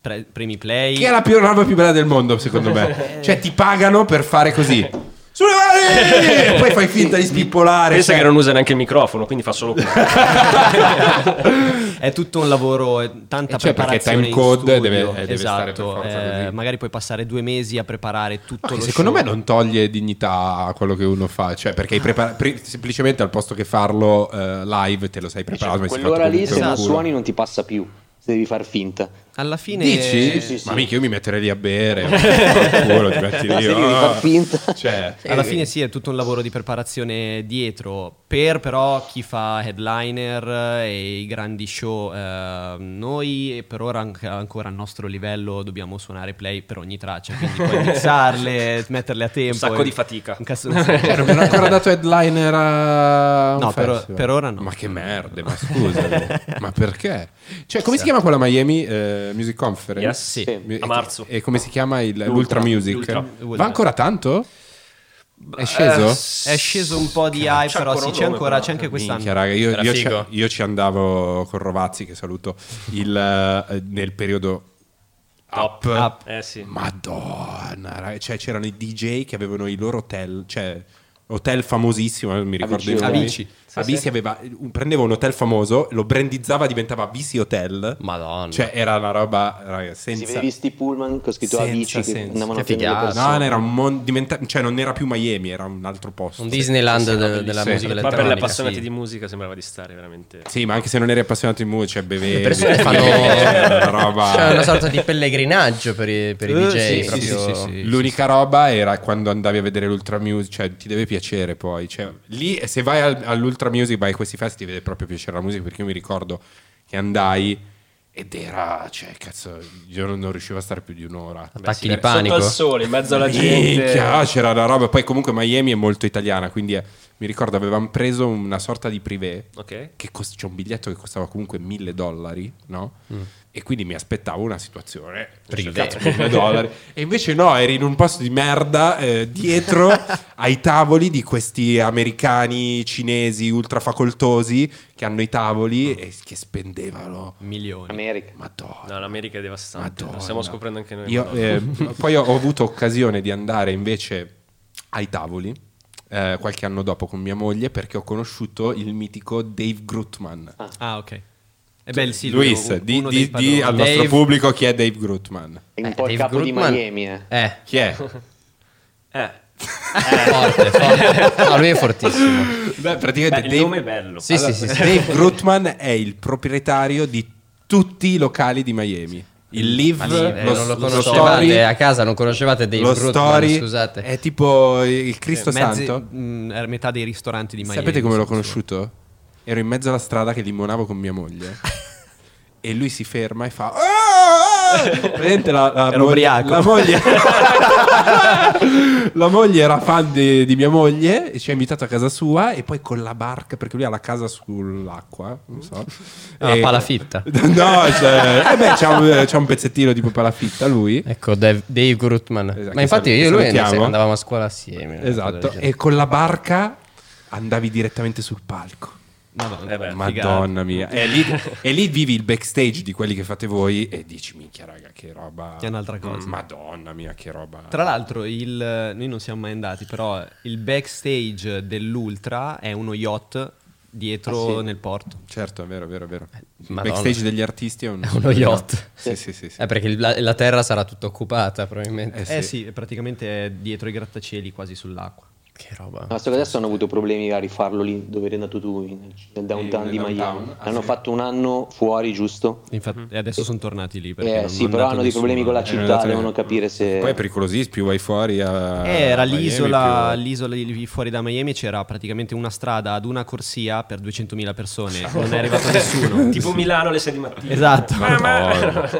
D: pre- premi play.
A: Che è la (laughs) più roba più bella del mondo, secondo me. cioè, ti pagano per fare così. Sulle mani! E Poi fai finta di spippolare.
G: Pensa
A: cioè-
G: che non usa neanche il microfono, quindi fa solo (laughs) quello.
D: (laughs) È tutto un lavoro, è tanta
A: Eh, cioè, perché
D: preparazione.
A: time
D: in
A: code
D: studio.
A: deve- eh, deve stare per
D: esatto.
A: forza
D: eh,
A: così.
D: magari puoi passare due mesi a preparare tutto
A: Ma che
D: lo
A: secondo
D: show.
A: me non toglie dignità a quello che uno fa, cioè perché hai prepara- pre- semplicemente al posto che farlo eh, live te lo sei preparato. ma sei
F: Cioè, Quell'ora
A: fatto
F: lì,
A: comunque
F: se
A: un
F: non
B: Esatto.
A: culo.
F: suoni, non ti passa più. Se devi far finta.
D: Alla fine.
A: Dici?
F: Sì, sì, sì.
A: Ma mica io mi metterei lì a
F: (laughs)
A: bere. ma culo, ti metti
F: Ma
A: lì.
F: se devi
A: ah.
F: far finta.
A: Cioè,
D: Alla fine sì, è tutto un lavoro di preparazione dietro, per però chi fa headliner eh, e i grandi show, eh, noi per ora anche- ancora al nostro livello dobbiamo suonare play per ogni traccia, quindi puoi mixarle, metterle a tempo.
G: sacco
D: e-
G: di fatica. (laughs)
D: Un cazzo-
A: cioè, non mi hanno ancora dato headliner a un
D: No, per-
A: festival.
D: per ora no.
A: Ma che merda, ma
D: (laughs)
A: scusa. ma perché? Cioè, come si chiama quella Miami eh, Music Conference?
G: Yes, sì.
A: Mi-
G: A marzo.
A: E come si chiama il- l'Ultra Music?
G: l'Ultra.
A: Va ancora tanto? È sceso?
D: È sceso un po' di hype,
G: C'è
D: però
G: Eh, ancora
D: sì,
G: un
D: c'è
G: nome,
D: ancora,
G: però.
D: c'è anche quest'anno.
A: Minchia, raga, io,
B: Era
A: io ci,
B: figo.
A: io ci andavo con Rovazzi, che saluto, il, eh, nel periodo up.
D: Up.
G: Eh sì.
A: Madonna, raga, cioè c'erano i DJ che avevano i loro hotel, cioè hotel famosissimo, eh, non mi ricordo i
F: Avicii.
A: nomi.
D: Avicii.
B: Ah,
A: Avicii aveva- un- prendeva un hotel famoso, lo brandizzava, diventava Avicii Hotel.
B: Madonna.
A: Cioè era una roba, raga,
F: Si
A: senza...
F: vede sti pullman con scritto
A: senza
F: Avicii che
A: senso.
F: andavano
B: Che
F: a prendere le
B: figata.
A: No,
F: persone.
A: no, era un mon- diventa- cioè non era più Miami, era un altro posto.
B: un Disneyland de- della
A: sì.
B: musica
G: Ma per gli
B: elettronica.
G: appassionati
B: sì.
G: di musica sembrava di stare veramente...
A: Sì, ma anche se non eri appassionato di musica, cioè bevevi.
B: Le
A: (laughs)
B: persone fanno
A: Era una roba.
B: C'è una sorta di pellegrinaggio per i, per i
D: Eh,
B: DJ.
D: sì, sì,
B: proprio.
D: sì, sì, sì.
A: L'unica roba era quando andavi a vedere l'Ultra Music, cioè ti deve piacere poi. Cioè, lì, se vai al- all'Ultra Music, vai a questi fest, ti deve proprio piacere la musica, perché io mi ricordo che andai Ed era, cioè, cazzo, io non non riuscivo a stare più di un'ora.
B: Attacchi
A: Beh, sì,
B: di
A: eh,
B: panico.
H: Sotto al sole, in mezzo alla
A: Minchia,
H: gente.
A: c'era la roba. Poi comunque Miami è molto italiana, quindi eh, mi ricordo avevamo preso una sorta di privé.
G: Ok.
A: Che cost- c'è un biglietto che costava comunque mille dollari, no?
G: Mm.
A: E quindi mi aspettavo una situazione cioè,
B: Privé.
A: cazzo, 1000
G: (laughs)
A: dollari. E invece no, eri in un posto di merda eh,
G: (laughs)
A: dietro ai tavoli di questi americani cinesi ultrafacoltosi che hanno i tavoli
G: Mm.
A: e che spendevano.
D: Milioni.
F: America.
A: Madonna.
G: No, l'America è devastante.
A: Madonna.
G: Lo stiamo scoprendo anche noi.
A: Io,
G: Madonna.
A: eh, poi ho, ho avuto occasione di andare invece ai tavoli eh, qualche anno dopo con mia moglie perché ho conosciuto il mitico Dave Grutman.
D: Ah, ok. E beh, sì, lui è
A: Luis,
D: un-
A: di,
D: uno
A: di-
D: dei
A: di-
D: padroni.
A: al
B: Dave-
A: nostro pubblico chi è Dave Grutman?
F: È un
B: Eh,
F: po'
B: Dave
F: il capo
B: Grootman-
F: di Miami. Eh.
B: Eh,
A: Chi è?
G: Eh,
B: forte, forte. No, lui è fortissimo.
A: Beh, praticamente
H: Beh, il
A: Dave-
H: nome è bello.
B: Sì, (laughs) sì, sì, sì.
A: Dave Grutman è il proprietario di tutti i locali di Miami. Il
B: Ma
A: live,
B: lì, eh,
A: lo,
B: non lo
A: lo
B: conoscevate
A: story,
B: a casa, non conoscevate Dave
A: lo
B: Grootman,
A: story, Eh.
B: scusate.
A: è tipo il Cristo
D: Mezzi-
A: Santo.
D: mh, era metà dei ristoranti di Miami.
A: Sapete come l'ho
D: sì, sì.
A: conosciuto? Ero in mezzo alla strada che limonavo con mia moglie. e lui si ferma e fa. "Ah, ah!" Vedete la, la
D: Era
A: moglie-
D: ubriaco.
A: La moglie, (laughs) la moglie era fan di, di mia moglie e ci ha invitato a casa sua. E poi con la barca, perché lui ha la casa sull'acqua. Non so.
B: Ah,
A: E-
B: palafitta.
A: (laughs) No, cioè, eh beh, c'ha un, c'ha un pezzettino tipo palafitta lui.
B: Ecco, Dave, Dave Grootman.
A: Esatto,
B: Ma infatti
A: che
B: io e lui
A: salutiamo.
B: insieme andavamo a scuola assieme. una cosa del
A: Esatto.
B: genere.
A: E con la barca andavi direttamente sul palco.
D: Madonna,
G: Eh beh,
A: Madonna mia, e lì, e lì vivi il backstage di quelli che fate voi e dici minchia raga che roba. Mm,
D: Che è un'altra cosa.
A: Madonna mia che roba.
D: Tra l'altro, il- noi non siamo mai andati, però il backstage dell'Ultra è uno yacht dietro nel porto.
A: Certo, è vero, è vero, è vero. Il
B: Madonna.
A: backstage degli artisti è, un-
B: È uno yacht.
A: Sì, sì, sì. sì.
B: Eh, perché il- la, la terra sarà tutta occupata probabilmente.
A: Eh
D: Eh sì, praticamente è dietro i grattacieli, quasi sull'acqua.
B: Che roba.
F: Ma so che adesso hanno avuto problemi a rifarlo lì dove eri andato tu, in-
G: Eh,
F: nel downtown
A: nel
F: di
A: downtown.
F: Miami.
A: Ah,
F: Hanno
A: sì.
F: fatto un anno fuori, giusto?
D: Infatti, e adesso sono tornati lì.
F: Eh,
D: Perché non-
F: sì,
D: non
F: però
D: è andato
F: hanno dei problemi con la
D: nessuno.
A: Eh,
F: città,
A: andate-
F: devono capire se...
A: Poi è pericolosissimo, più vai fuori a...
D: Eh, era
A: a Miami,
D: l'isola,
A: più-
D: l'isola lì fuori da Miami c'era praticamente una strada ad una corsia per 200.000 persone, non è arrivato nessuno.
G: tipo Milano alle 6 di mattina. (laughs)
D: Esatto.
A: Madonna.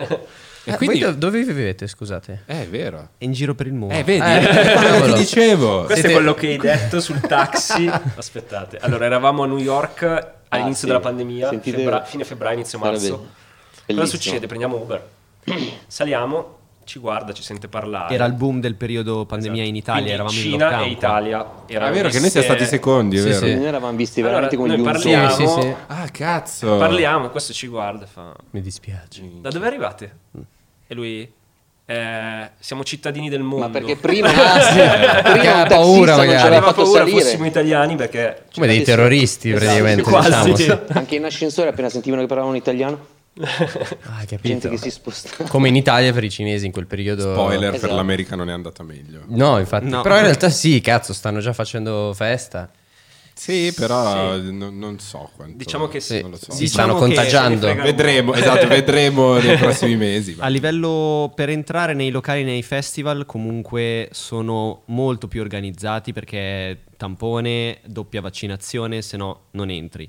B: Eh,
A: e quindi...
B: voi do- dove vivete, scusate?
A: Eh, è vero.
D: È in giro per il mondo.
A: Eh, vedi?
B: Eh,
A: Quello che
B: cavolo.
A: ti dicevo.
G: Questo
B: Siete-
G: è quello che hai detto sul taxi. Aspettate. Allora, eravamo a New York all'inizio
F: Ah, sì.
G: della pandemia,
F: Sentite-
G: febbra- fine febbraio, inizio marzo.
F: Sarebbe
G: Cosa
F: bellissimo.
G: succede? Prendiamo Uber, (clears throat) saliamo, ci guarda, ci sente parlare.
D: Era il boom del periodo pandemia in Italia,
G: Esatto. Quindi
D: eravamo in
G: Cina
D: lockdown.
G: e Italia.
A: È
G: erano
A: vero che noi
G: messe-
A: siamo stati secondi, è
B: Sì,
A: vero.
B: sì.
F: Noi eravamo visti
G: Allora,
F: veramente come
G: noi
F: gli
G: parliamo,
F: unzoni.
B: Sì, sì, sì.
A: Ah, cazzo.
G: Parliamo, questo ci guarda e fa...
B: Mi dispiace.
G: Da dove arrivate?
A: Mm.
G: E lui... eh, siamo cittadini del mondo.
F: Ma perché
G: (laughs)
F: prima, prima
B: Perché
F: un
B: ha
F: tassista
B: paura,
F: non ci
B: magari.
F: aveva
G: aveva
F: fatto
G: paura
F: salire.
G: fossimo italiani perché...
B: Come dei
F: sì, sì.
B: terroristi
F: Esatto,
B: praticamente,
G: quasi,
B: diciamo.
G: sì.
F: Anche in ascensore appena sentivano che parlavano italiano,
B: Ah, hai
F: gente
B: capito.
F: che si sposta. (laughs)
B: Come in Italia per i cinesi in quel periodo...
A: Spoiler, per
F: Esatto.
A: l'America non è andata meglio.
B: No, infatti.
D: No.
B: Però in realtà sì, cazzo, stanno già facendo festa.
A: Sì, però non, non so quanto.
G: Diciamo che sì.
B: Sì,
A: Non lo so.
B: si
D: Diciamo
B: stanno
D: che
B: contagiando.
G: se ne frega-
A: Vedremo,
D: (laughs)
A: esatto, vedremo nei prossimi mesi. ma-
D: A livello per entrare nei locali, nei festival, comunque sono molto più organizzati perché tampone, doppia vaccinazione, se no non entri.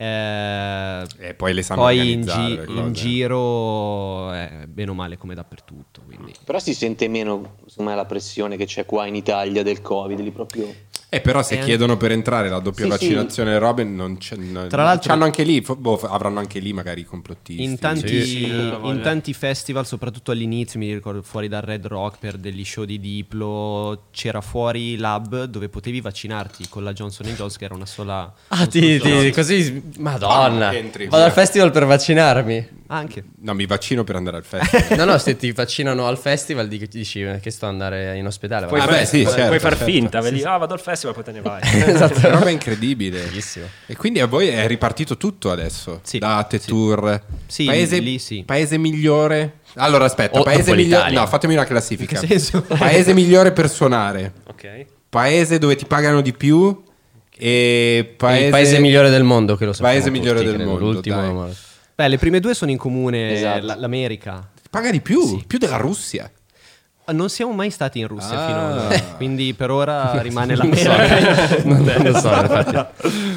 D: Eh,
A: E poi le sanno
D: poi in,
A: organizzare le
D: gi-
A: cose.
D: in giro è bene o male come dappertutto. Quindi.
F: Però si sente meno, secondo me, la pressione che c'è qua in Italia del Covid, lì proprio... Ah,
A: Eh, però se
D: Eh,
A: chiedono per entrare la doppia
F: Sì, sì.
A: vaccinazione e robe, non c'è. non-
D: Tra l'altro-
A: c'hanno anche lì, fo- boh, f- avranno anche lì magari i complottisti.
D: In tanti,
B: Sì,
G: sì,
D: in
G: voglia.
D: tanti festival, soprattutto all'inizio, mi ricordo fuori dal Red Rock per degli show di Diplo, c'era fuori l'hub dove potevi vaccinarti con la Johnson Johnson, che era una sola.
B: Ah,
D: un
B: ti,
D: solo
B: ti,
D: shot.
B: così... Madonna.
A: Ah, entri,
B: Vado al
A: via.
B: festival per vaccinarmi.
D: Ah, Anche.
A: No, mi vaccino per andare al
D: (laughs)
A: festival.
B: No, no, se ti vaccinano al festival dic- dici eh, che sto ad andare in ospedale. Ah,
A: Poi-
B: vado
A: Vabbè, sì,
G: puoi
A: certo,
G: far
A: certo.
G: finta, vedi, ah vado al festival, poi te ne vai.
A: (laughs) Esatto. Una roba incredibile.
B: Bellissimo.
A: E quindi a voi è ripartito tutto adesso?
D: Sì.
A: Date, tour.
D: Sì,
A: paese,
D: lì sì.
A: paese migliore. Allora, aspetta,
B: O-
A: paese
B: dopo
A: migliore.
B: l'Italia.
A: No, fatemi una classifica.
D: In che senso?
A: (laughs) Paese migliore per suonare.
G: ok.
A: Paese dove ti pagano di più. E paese,
B: Il paese migliore del mondo, che lo sappiamo
A: Paese migliore
B: tutti,
A: del
B: credo,
A: mondo, dai.
B: (laughs) L'ultimo. ma-
D: Beh, le prime due sono in comune,
F: Esatto.
D: l- l'America.
A: Ti paga di più, più della Russia.
D: Ah, Non siamo mai stati in Russia
A: Ah.
B: (laughs)
D: finora, quindi per ora rimane l'America.
B: non lo so, infatti.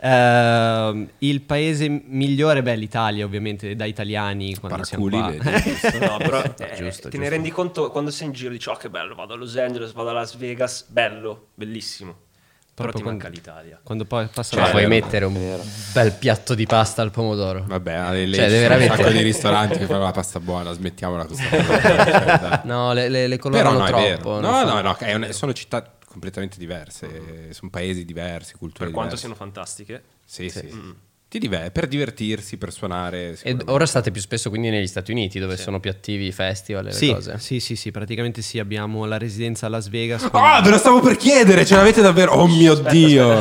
D: Ehm, il paese migliore, beh, l'Italia, ovviamente, da italiani quando siamo
A: Paraculi,
D: qua.
A: vedi,
G: No, però (laughs) eh,
B: Giusto,
G: te
B: giusto.
G: ne rendi conto quando sei in giro dici oh che bello, vado a Los Angeles, vado a Las Vegas, bello, bellissimo. Però ti
D: Proprio
G: manca
D: quando-
G: l'Italia.
D: (laughs) Quando poi passa
B: Cioè,
D: la
B: puoi
A: vero.
B: mettere un bel piatto di pasta al pomodoro.
A: Vabbè, (laughs) lei
B: Cioè, deve
A: c'è
B: veramente-
A: un sacco di ristoranti che fanno la pasta buona, smettiamola questa cosa. cioè, dai.
B: (laughs) No, le, le, le colorano
A: Però no, è
B: troppo.
A: vero.
B: non
A: No,
B: so.
A: no, no, è un- sono città completamente diverse, sono paesi diversi, culture
G: Per quanto
A: diverse.
G: siano fantastiche.
A: Sì, sì. Ti diver- per divertirsi, per suonare.
B: E
A: sicuramente.
B: ora state più spesso quindi negli Stati Uniti, dove sono più attivi i festival e le
D: Sì,
B: cose.
D: sì, sì, sì, praticamente sì, abbiamo la residenza a Las
B: (laughs)
D: Vegas.
A: Ah, ve lo stavo per chiedere, ce l'avete davvero? Oh mio Dio!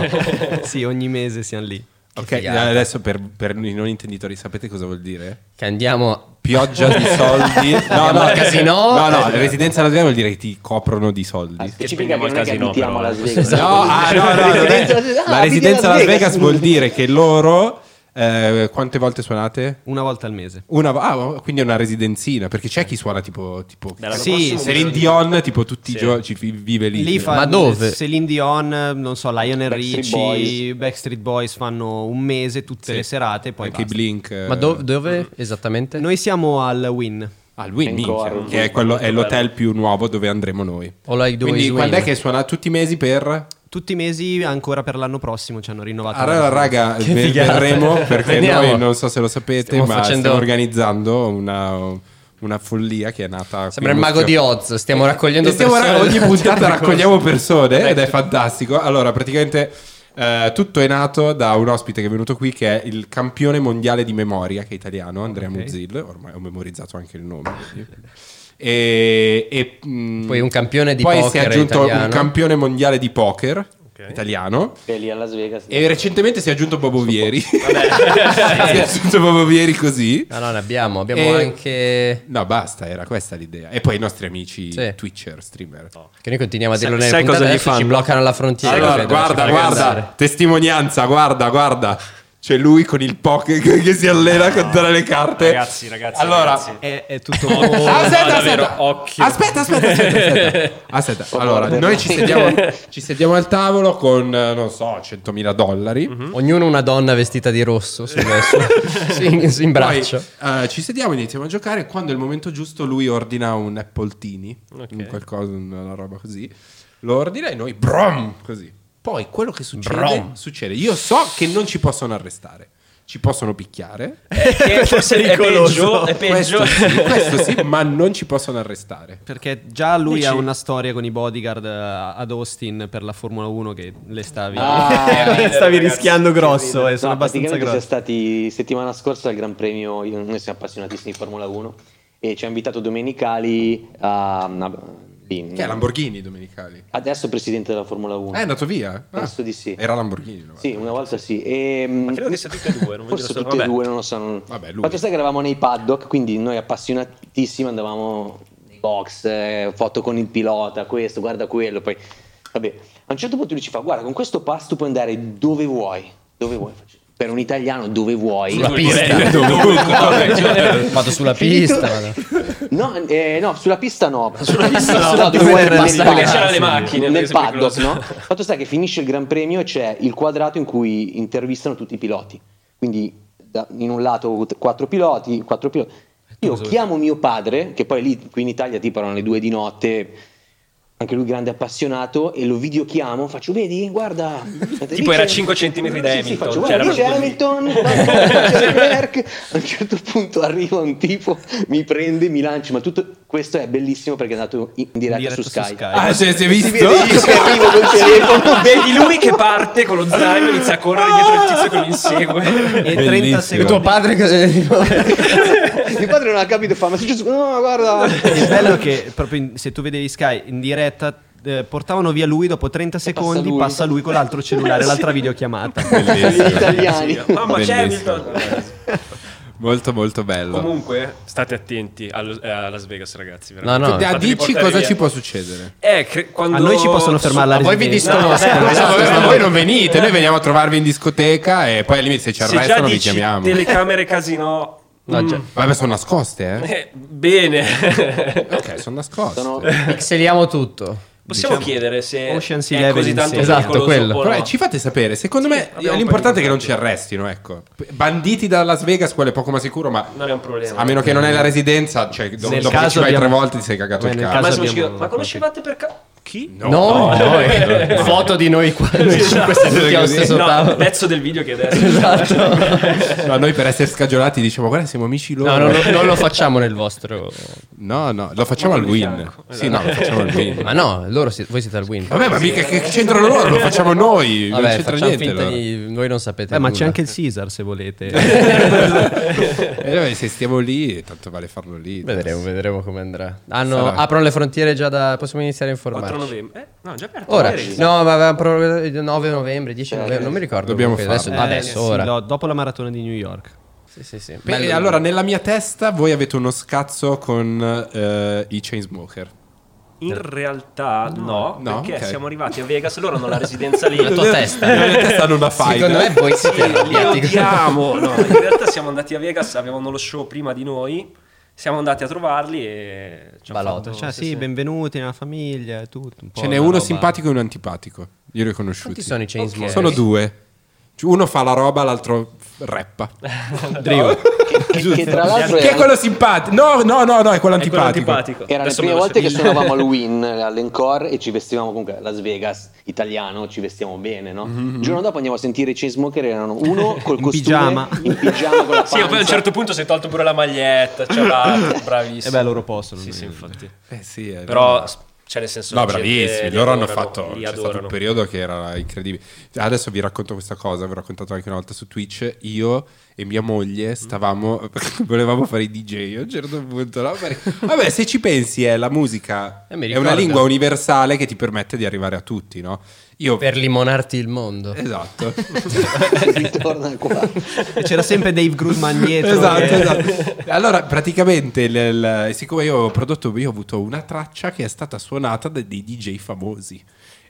D: sì, ogni mese siamo lì.
A: (laughs) Ok,
B: figata.
A: adesso per, per i non intenditori sapete cosa vuol dire?
B: Che andiamo.
A: Pioggia (laughs) di soldi. No,
B: Andiamo al casino.
A: No, no, residenza alla Vegas vuol dire che ti coprono di soldi.
F: Specifica che non è che
G: casino,
F: abitiamo a
G: però.
F: Las Vegas. eh,
A: No, ah, no, no, non è- la residenza Las Vegas vuol dire che loro eh, quante volte suonate?
D: Una volta al mese.
A: Una, ah, quindi è una residenzina, perché c'è chi suona tipo, tipo
G: Dall'anno
D: Sì,
G: prossimo
D: sì,
A: Celine
G: bisogna-
A: Dion, tipo tutti i giorni ci fi- vive lì.
D: Lì fa
B: Ma dove?
D: Celine Dion, non so, Lionel
F: Backstreet
D: Richie,
F: Boys.
D: Backstreet Boys fanno un mese tutte le serate e poi
A: anche i
D: basta.
A: Blink. eh,
B: Ma do- dove esattamente?
D: Noi siamo al Win.
A: al Win,
F: Encore,
A: Ah, minchia,
F: un
A: che è, quello- è l'hotel più nuovo dove andremo noi.
B: O like dove
A: Quindi quando è che suona tutti i mesi per
D: Tutti i mesi ancora per l'anno prossimo ci hanno rinnovato. la
A: Allora,
D: residenza.
A: raga,
B: Che
A: ve-
B: figata.
A: verremo perché
B: Veniamo.
A: noi non so se lo sapete,
B: Stiamo
A: ma
B: facendo-
A: stiamo organizzando una, una follia che è nata.
B: Sembra
A: qui
B: il
A: in
B: mago di
A: Mosca.
B: Oz, stiamo raccogliendo
A: E stiamo ra-
B: persone. Ecco.
A: ogni puntata raccogliamo persone ed è fantastico. Allora, praticamente eh, tutto è nato da un ospite che è venuto qui che è il campione mondiale di memoria, che è italiano, Andrea Muzzil. Ormai ho memorizzato anche il nome. quindi. E, e, mh,
B: Poi un campione di
A: poi si è
B: poker
A: aggiunto un
B: italiano.
A: campione mondiale di poker italiano.
F: E lì a Las Vegas.
A: E recentemente si è aggiunto
B: (laughs)
A: Bobovieri. si (laughs) è aggiunto Bobovieri così.
B: No, no, ne abbiamo. Abbiamo
A: E-
B: anche.
A: No, basta, era questa l'idea. E poi i nostri amici
B: Sì.
A: Twitcher, streamer.
B: Che noi continuiamo a dirlo
G: Sai-
B: nelle
G: sai
B: puntate
G: cosa gli
B: adesso ci
G: fanno?
B: bloccano alla frontiera.
A: Allora,
B: credo, ci
A: guarda,
B: fanno
A: guarda,
B: andare.
A: testimonianza, guarda, guarda. C'è lui con il poker che che si allena a contare le carte.
G: Ragazzi, ragazzi,
A: Allora, Oh,
G: ragazzi.
D: È, è
A: (laughs)
D: tutto
A: Ah, aspetta,
G: no,
A: aspetta.
G: davvero, occhio.
A: aspetta, aspetta, aspetta, aspetta. (laughs) Oh, Aspetta, allora,
F: guarda.
A: noi ci (laughs) sediamo, ci sediamo al tavolo con, eh, non so, 100.000 dollari.
B: Ognuno una donna vestita di rosso sul sì, in, in braccio.
A: Poi eh, ci sediamo, iniziamo a giocare. Quando è il momento giusto, lui ordina un appoltini, un qualcosa, una roba così. Lo ordina e noi brom così. Poi quello che succede,
B: Brom.
A: succede. Io so che non ci possono arrestare, ci possono picchiare.
G: Che forse è peggio, è peggio.
A: Questo sì, questo
B: (laughs)
A: sì, ma non ci possono arrestare.
D: Perché già lui
G: Dici?
D: ha una storia con i bodyguard eh, ad Austin per la Formula 1 che le stavi,
F: Ah,
D: (laughs) le stavi rischiando grosso e sono
F: No,
D: abbastanza
F: praticamente siamo
D: grosso.
F: stati settimana scorsa al Gran Premio, io- noi siamo appassionatissimi di Formula 1 e ci ha invitato Domenicali a... a- in-
A: Che è Lamborghini Domenicali.
F: Adesso presidente della Formula 1.
A: Eh, È andato via? Ah,
F: Mm. Penso di sì.
A: Era Lamborghini. no?
F: Sì, una volta sì. E,
G: credo che sia tutte e due, non voglio
F: Mm. Forse
G: dire solo-
F: tutte e
G: vabbè.
F: due,
G: (laughs)
F: non lo so. non-
A: Vabbè, lui.
F: Il fatto sta che eravamo nei paddock, quindi noi appassionatissimi andavamo nei box, eh, foto con il pilota, questo, guarda quello, poi... Vabbè, a un certo punto lui ci fa, guarda, con questo pass tu puoi andare dove vuoi, dove vuoi. Faccio, Per un italiano, dove vuoi.
B: Sulla pista. Vado sulla
F: Finito.
B: pista. vado.
F: No, eh, no, sulla pista no.
G: (laughs) Sulla pista no,
F: Sulla
G: dove
F: pista
G: erano
F: nel
G: le-
F: paddock.
G: dove c'erano le macchine,
F: Nel
G: dove sono
F: paddock,
G: pericolose.
F: no? Fatto sta che finisce il Gran Premio e c'è il quadrato in cui intervistano tutti i piloti. Quindi da- in un lato t- quattro piloti, quattro piloti. Io chiamo mio padre, che poi lì qui in Italia tipo erano le due di notte, anche lui grande appassionato, e lo videochiamo, faccio, vedi,
G: (laughs)
F: guarda.
G: Tipo era 5 centimetri da
F: Sì, Sì,
G: Hamilton,
F: faccio,
G: cioè,
F: guarda, lì c'è
G: erano così.
F: Hamilton,
G: (laughs)
F: guarda, c'è Leclerc. Cioè, A un certo punto arriva un tipo, mi prende, mi lancia, ma tutto questo è bellissimo perché è andato in diretta,
D: Diretto
F: su Sky.
A: Ah, cioè, si è
F: Si vede io
A: visto?
F: che arrivo col telefono.
G: Vedi lui che parte con lo zaino inizia a correre dietro il tizio che lo insegue.
D: E 30
A: Bellissimo.
B: E tuo
D: secondi.
B: padre cosa
F: Mio padre non ha capito, fa, ma è successo? No, guarda.
D: Il bello è che proprio in- se tu vedevi Sky in diretta eh, portavano via lui dopo 30 secondi, passa
F: lui.
D: lui, con l'altro cellulare, l'altra videochiamata.
F: Gli (laughs) italiani.
G: Mamma c'è
A: Bellissimo.
G: Hamilton.
A: Molto, molto bello.
G: Comunque, state attenti allo- eh, a Las Vegas, ragazzi.
B: No, no.
A: Da-
G: Fateli
A: dici
G: portare
A: cosa
G: via.
A: ci può succedere.
G: Eh, cre- quando...
D: A noi ci possono fermare la
B: Poi vi
D: residenza.
B: disconoscono.
G: vabbè,
B: esatto,
A: Vabbè, ma
B: esatto.
A: voi non venite, noi veniamo a trovarvi in discoteca e poi cioè, al limite se ci
G: Se già
A: arrestano vi
G: dici
A: chiamiamo. (laughs) Cioè,
G: telecamere casino... mm,
B: No, già.
A: Vabbè, sono nascoste, eh?
G: eh, bene.
A: Ok, sono nascoste.
F: Sono-
B: Pixeliamo tutto.
G: Possiamo
D: Diciamo,
G: chiedere se
D: Ocean's
G: è
D: Eleven
G: così tanto
D: insieme.
B: Esatto,
G: pericoloso
B: quello.
G: o
A: Però,
G: no.
A: eh, ci fate sapere, secondo me
G: abbiamo
A: l'importante è che non
G: parlato.
A: ci arrestino, ecco. Banditi da Las Vegas, quello è poco ma sicuro, ma
G: Non è un problema.
A: a meno che non è la residenza, cioè do-
D: Nel
A: dopo che ci
D: caso
A: vai tre
D: abbiamo-
A: volte ti sei cagato
D: Beh,
A: il
D: nel
A: cazzo.
G: Ma,
D: caso
G: sono uscito-
D: abbiamo-
G: ma conoscevate per caso chi?
A: No,
B: No,
A: no,
B: noi.
A: no, no.
B: foto di noi qua cinque seduti allo stesso
G: Eh, no, il
B: tavolo.
G: pezzo del video
B: (laughs)
G: che adesso
B: Esatto.
A: No, noi per essere scagionati diciamo, guarda, siamo amici loro.
B: No, non lo, non lo facciamo nel vostro.
A: No, no, lo facciamo
G: Ma
A: al
G: di
A: win.
G: fianco.
A: Sì, no, lo facciamo al win.
B: Ma no, loro si- voi siete al win.
A: Vabbè, ma
B: eh,
A: mica che che c'entrano loro, lo facciamo noi. non
B: Vabbè,
A: c'entra
B: facciamo
A: niente.
B: finta
A: loro.
B: di voi non sapete.
D: Beh, Eh, ma
B: nulla.
D: c'è anche il Caesar se volete.
A: Eh, vabbè, se stiamo lì, tanto vale farlo lì.
B: Vedremo, vedremo come andrà. Hanno-
A: Sarà.
B: aprono le frontiere già da. Possiamo iniziare a
G: 4
B: informarci.
G: novembre. Eh, no, già aperto.
B: Ora,
G: ieri.
B: no, ma avevamo pro- il 9 novembre, 10 novembre, non mi ricordo.
A: Dobbiamo
B: comunque, adesso,
A: farlo.
D: Eh,
B: adesso,
D: sì,
B: ora.
D: no, dopo la maratona di New York.
B: Sì, sì, sì.
A: Pe-
B: Bello.
A: allora, nella mia testa, voi avete uno scazzo con eh, i Chainsmoker.
G: In realtà no,
A: No,
G: perché
A: ok.
G: siamo arrivati a Vegas, loro hanno la residenza lì.
B: (laughs) La tua testa.
A: (laughs) Nella
B: (laughs)
A: mia testa hanno una fight.
B: Secondo me voi siete
G: Li
B: arrabbiati.
G: odiamo. No, in realtà siamo andati a Vegas, avevano lo show prima di noi. Siamo andati a trovarli e ci hanno
B: Balotto.
G: fatto-
D: Cioè, sì, benvenuti nella famiglia e tutto. un po'
A: Ce n'è
D: una
A: uno
D: roba-
A: simpatico e uno antipatico. Io li ho conosciuti.
B: Quanti sono i Chainsmokers?
A: Sono due. Cioè, Uno fa la roba, l'altro f- rappa.
F: Che, che- che tra l'altro
A: Che è
F: era,
A: quello simpatico? No, no, no, no, è quello
G: È quello
A: antipatico.
G: antipatico.
F: erano le
G: Adesso
F: prime
G: me lo
F: volte che
G: segno.
F: suonavamo al Win eh, all'Encore e ci vestivamo comunque Las Vegas italiano, ci vestiamo bene, no? Il giorno dopo andiamo a sentire i Chainsmoker erano uno col costume
D: pigiama.
F: in pigiama con la
G: (laughs) Sì, ma poi a un
F: panza.
G: certo punto si è tolto pure la maglietta,
F: (laughs)
G: cioè va,
D: Eh
G: bravissimo.
D: beh, loro possono.
G: Sì,
D: non-
G: sì, infatti.
A: Eh sì, eh,
G: Però,
A: no.
G: cioè nel senso...
A: No,
G: la gente
A: bravissimi,
G: li
A: loro hanno
G: adorano,
A: fatto
G: Li
A: c'è stato un
G: adorano.
A: periodo che era incredibile. Adesso vi racconto questa cosa, vi ho raccontato anche una volta su Twitch, io e mia
B: Mm.
A: moglie stavamo (laughs) volevamo fare i DJ a un certo punto, no? Perché- Vabbè, se ci pensi è la musica
B: Eh, mi
A: è una
B: ricorda.
A: lingua universale che ti permette di arrivare a tutti, no? Io
B: Per limonarti il mondo.
A: Esatto.
B: (laughs)
F: (laughs) Ritorna qua.
D: E C'era sempre Dave Grudman (laughs) dietro.
A: esatto,
D: che-
A: esatto. (laughs) Allora, praticamente, il- il- siccome io ho prodotto, io ho avuto una traccia che è stata suonata da dei DJ famosi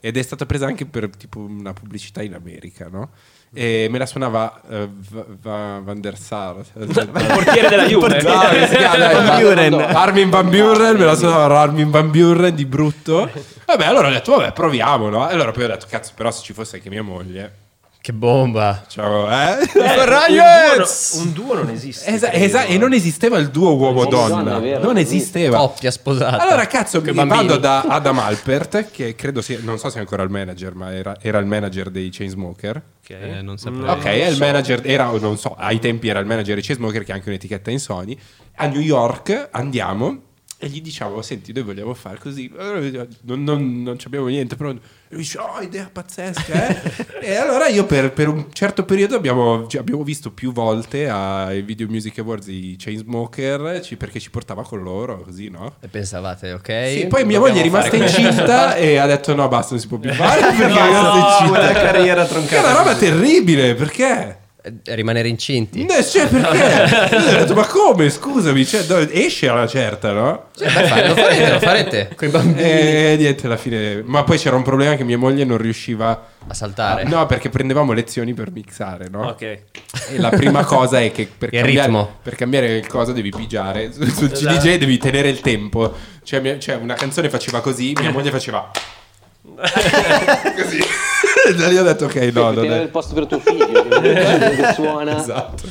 A: ed è stata presa anche per tipo una pubblicità in America, no? E me la suonava eh, Va- Va- Van der Sar.
G: Il
A: (laughs)
G: portiere della Juve, no?
A: No, come si chiama?
D: Van Buren.
A: Armin Van Buren, me la suonava Armin Van Buren di brutto. Vabbè, allora ho detto, vabbè, proviamo, no? E allora poi ho detto, cazzo, però se ci fosse anche mia moglie.
B: Che bomba.
A: Ciao, eh?
G: Eh,
A: Ragazzi!
G: Un duo, no- un duo non esiste.
A: Esa-
G: credo. eh.
A: esa- e non esisteva il duo
F: donna,
A: uomo-donna,
F: è vero,
A: non
F: non
A: esisteva.
G: Oh,
B: Coppia sposata.
A: Allora, cazzo,
B: Esatto. Che
A: mi
B: bambini.
A: mando da Adam Alpert, che credo sia, non so se è ancora il manager, ma era, era il manager dei Chainsmoker.
D: Eh, non saprei.
A: Ok, è il manager, era, non so, ai tempi era il manager dei Chainsmoker, che è anche un'etichetta in Sony. A New York andiamo e gli diciamo, senti, noi vogliamo fare così, non, non- non ci abbiamo niente. Però... E lui dice, oh, idea pazzesca, eh?
D: (laughs)
A: e allora io per, per un certo periodo abbiamo, cioè, abbiamo visto più volte ai Video Music Awards i Chainsmoker, ci- perché ci portava con loro, così, no?
B: E pensavate, ok.
A: Sì, poi mia moglie è rimasta incinta e ha detto no, basta, non si può più
B: (laughs)
A: fare perché è rimasta incinta.
D: carriera
A: Che è una roba terribile, perché?
B: Eh, Rimanere incinti.
A: No, cioè, perché? Io ho detto, ma come? Scusami, cioè, do- esce alla certa, no?
B: Cioè, dai, fa- lo farete,
A: (laughs)
B: lo farete. Con i bambini.
A: E niente, alla fine... Ma poi c'era un problema che mia moglie non riusciva...
B: A saltare.
A: No, perché prendevamo lezioni per mixare, no?
G: Ok.
A: E la prima cosa è che per,
B: (laughs) Il
A: cambiare,
B: ritmo.
A: per cambiare il cosa devi pigiare. Su, su CDJ devi tenere il tempo. Cioè, mia- cioè, una canzone faceva così, mia moglie faceva... (laughs) così. E io ho detto, ok, no, non
F: tenere
A: è...
F: il posto per tuo figlio che che suona
A: Esatto.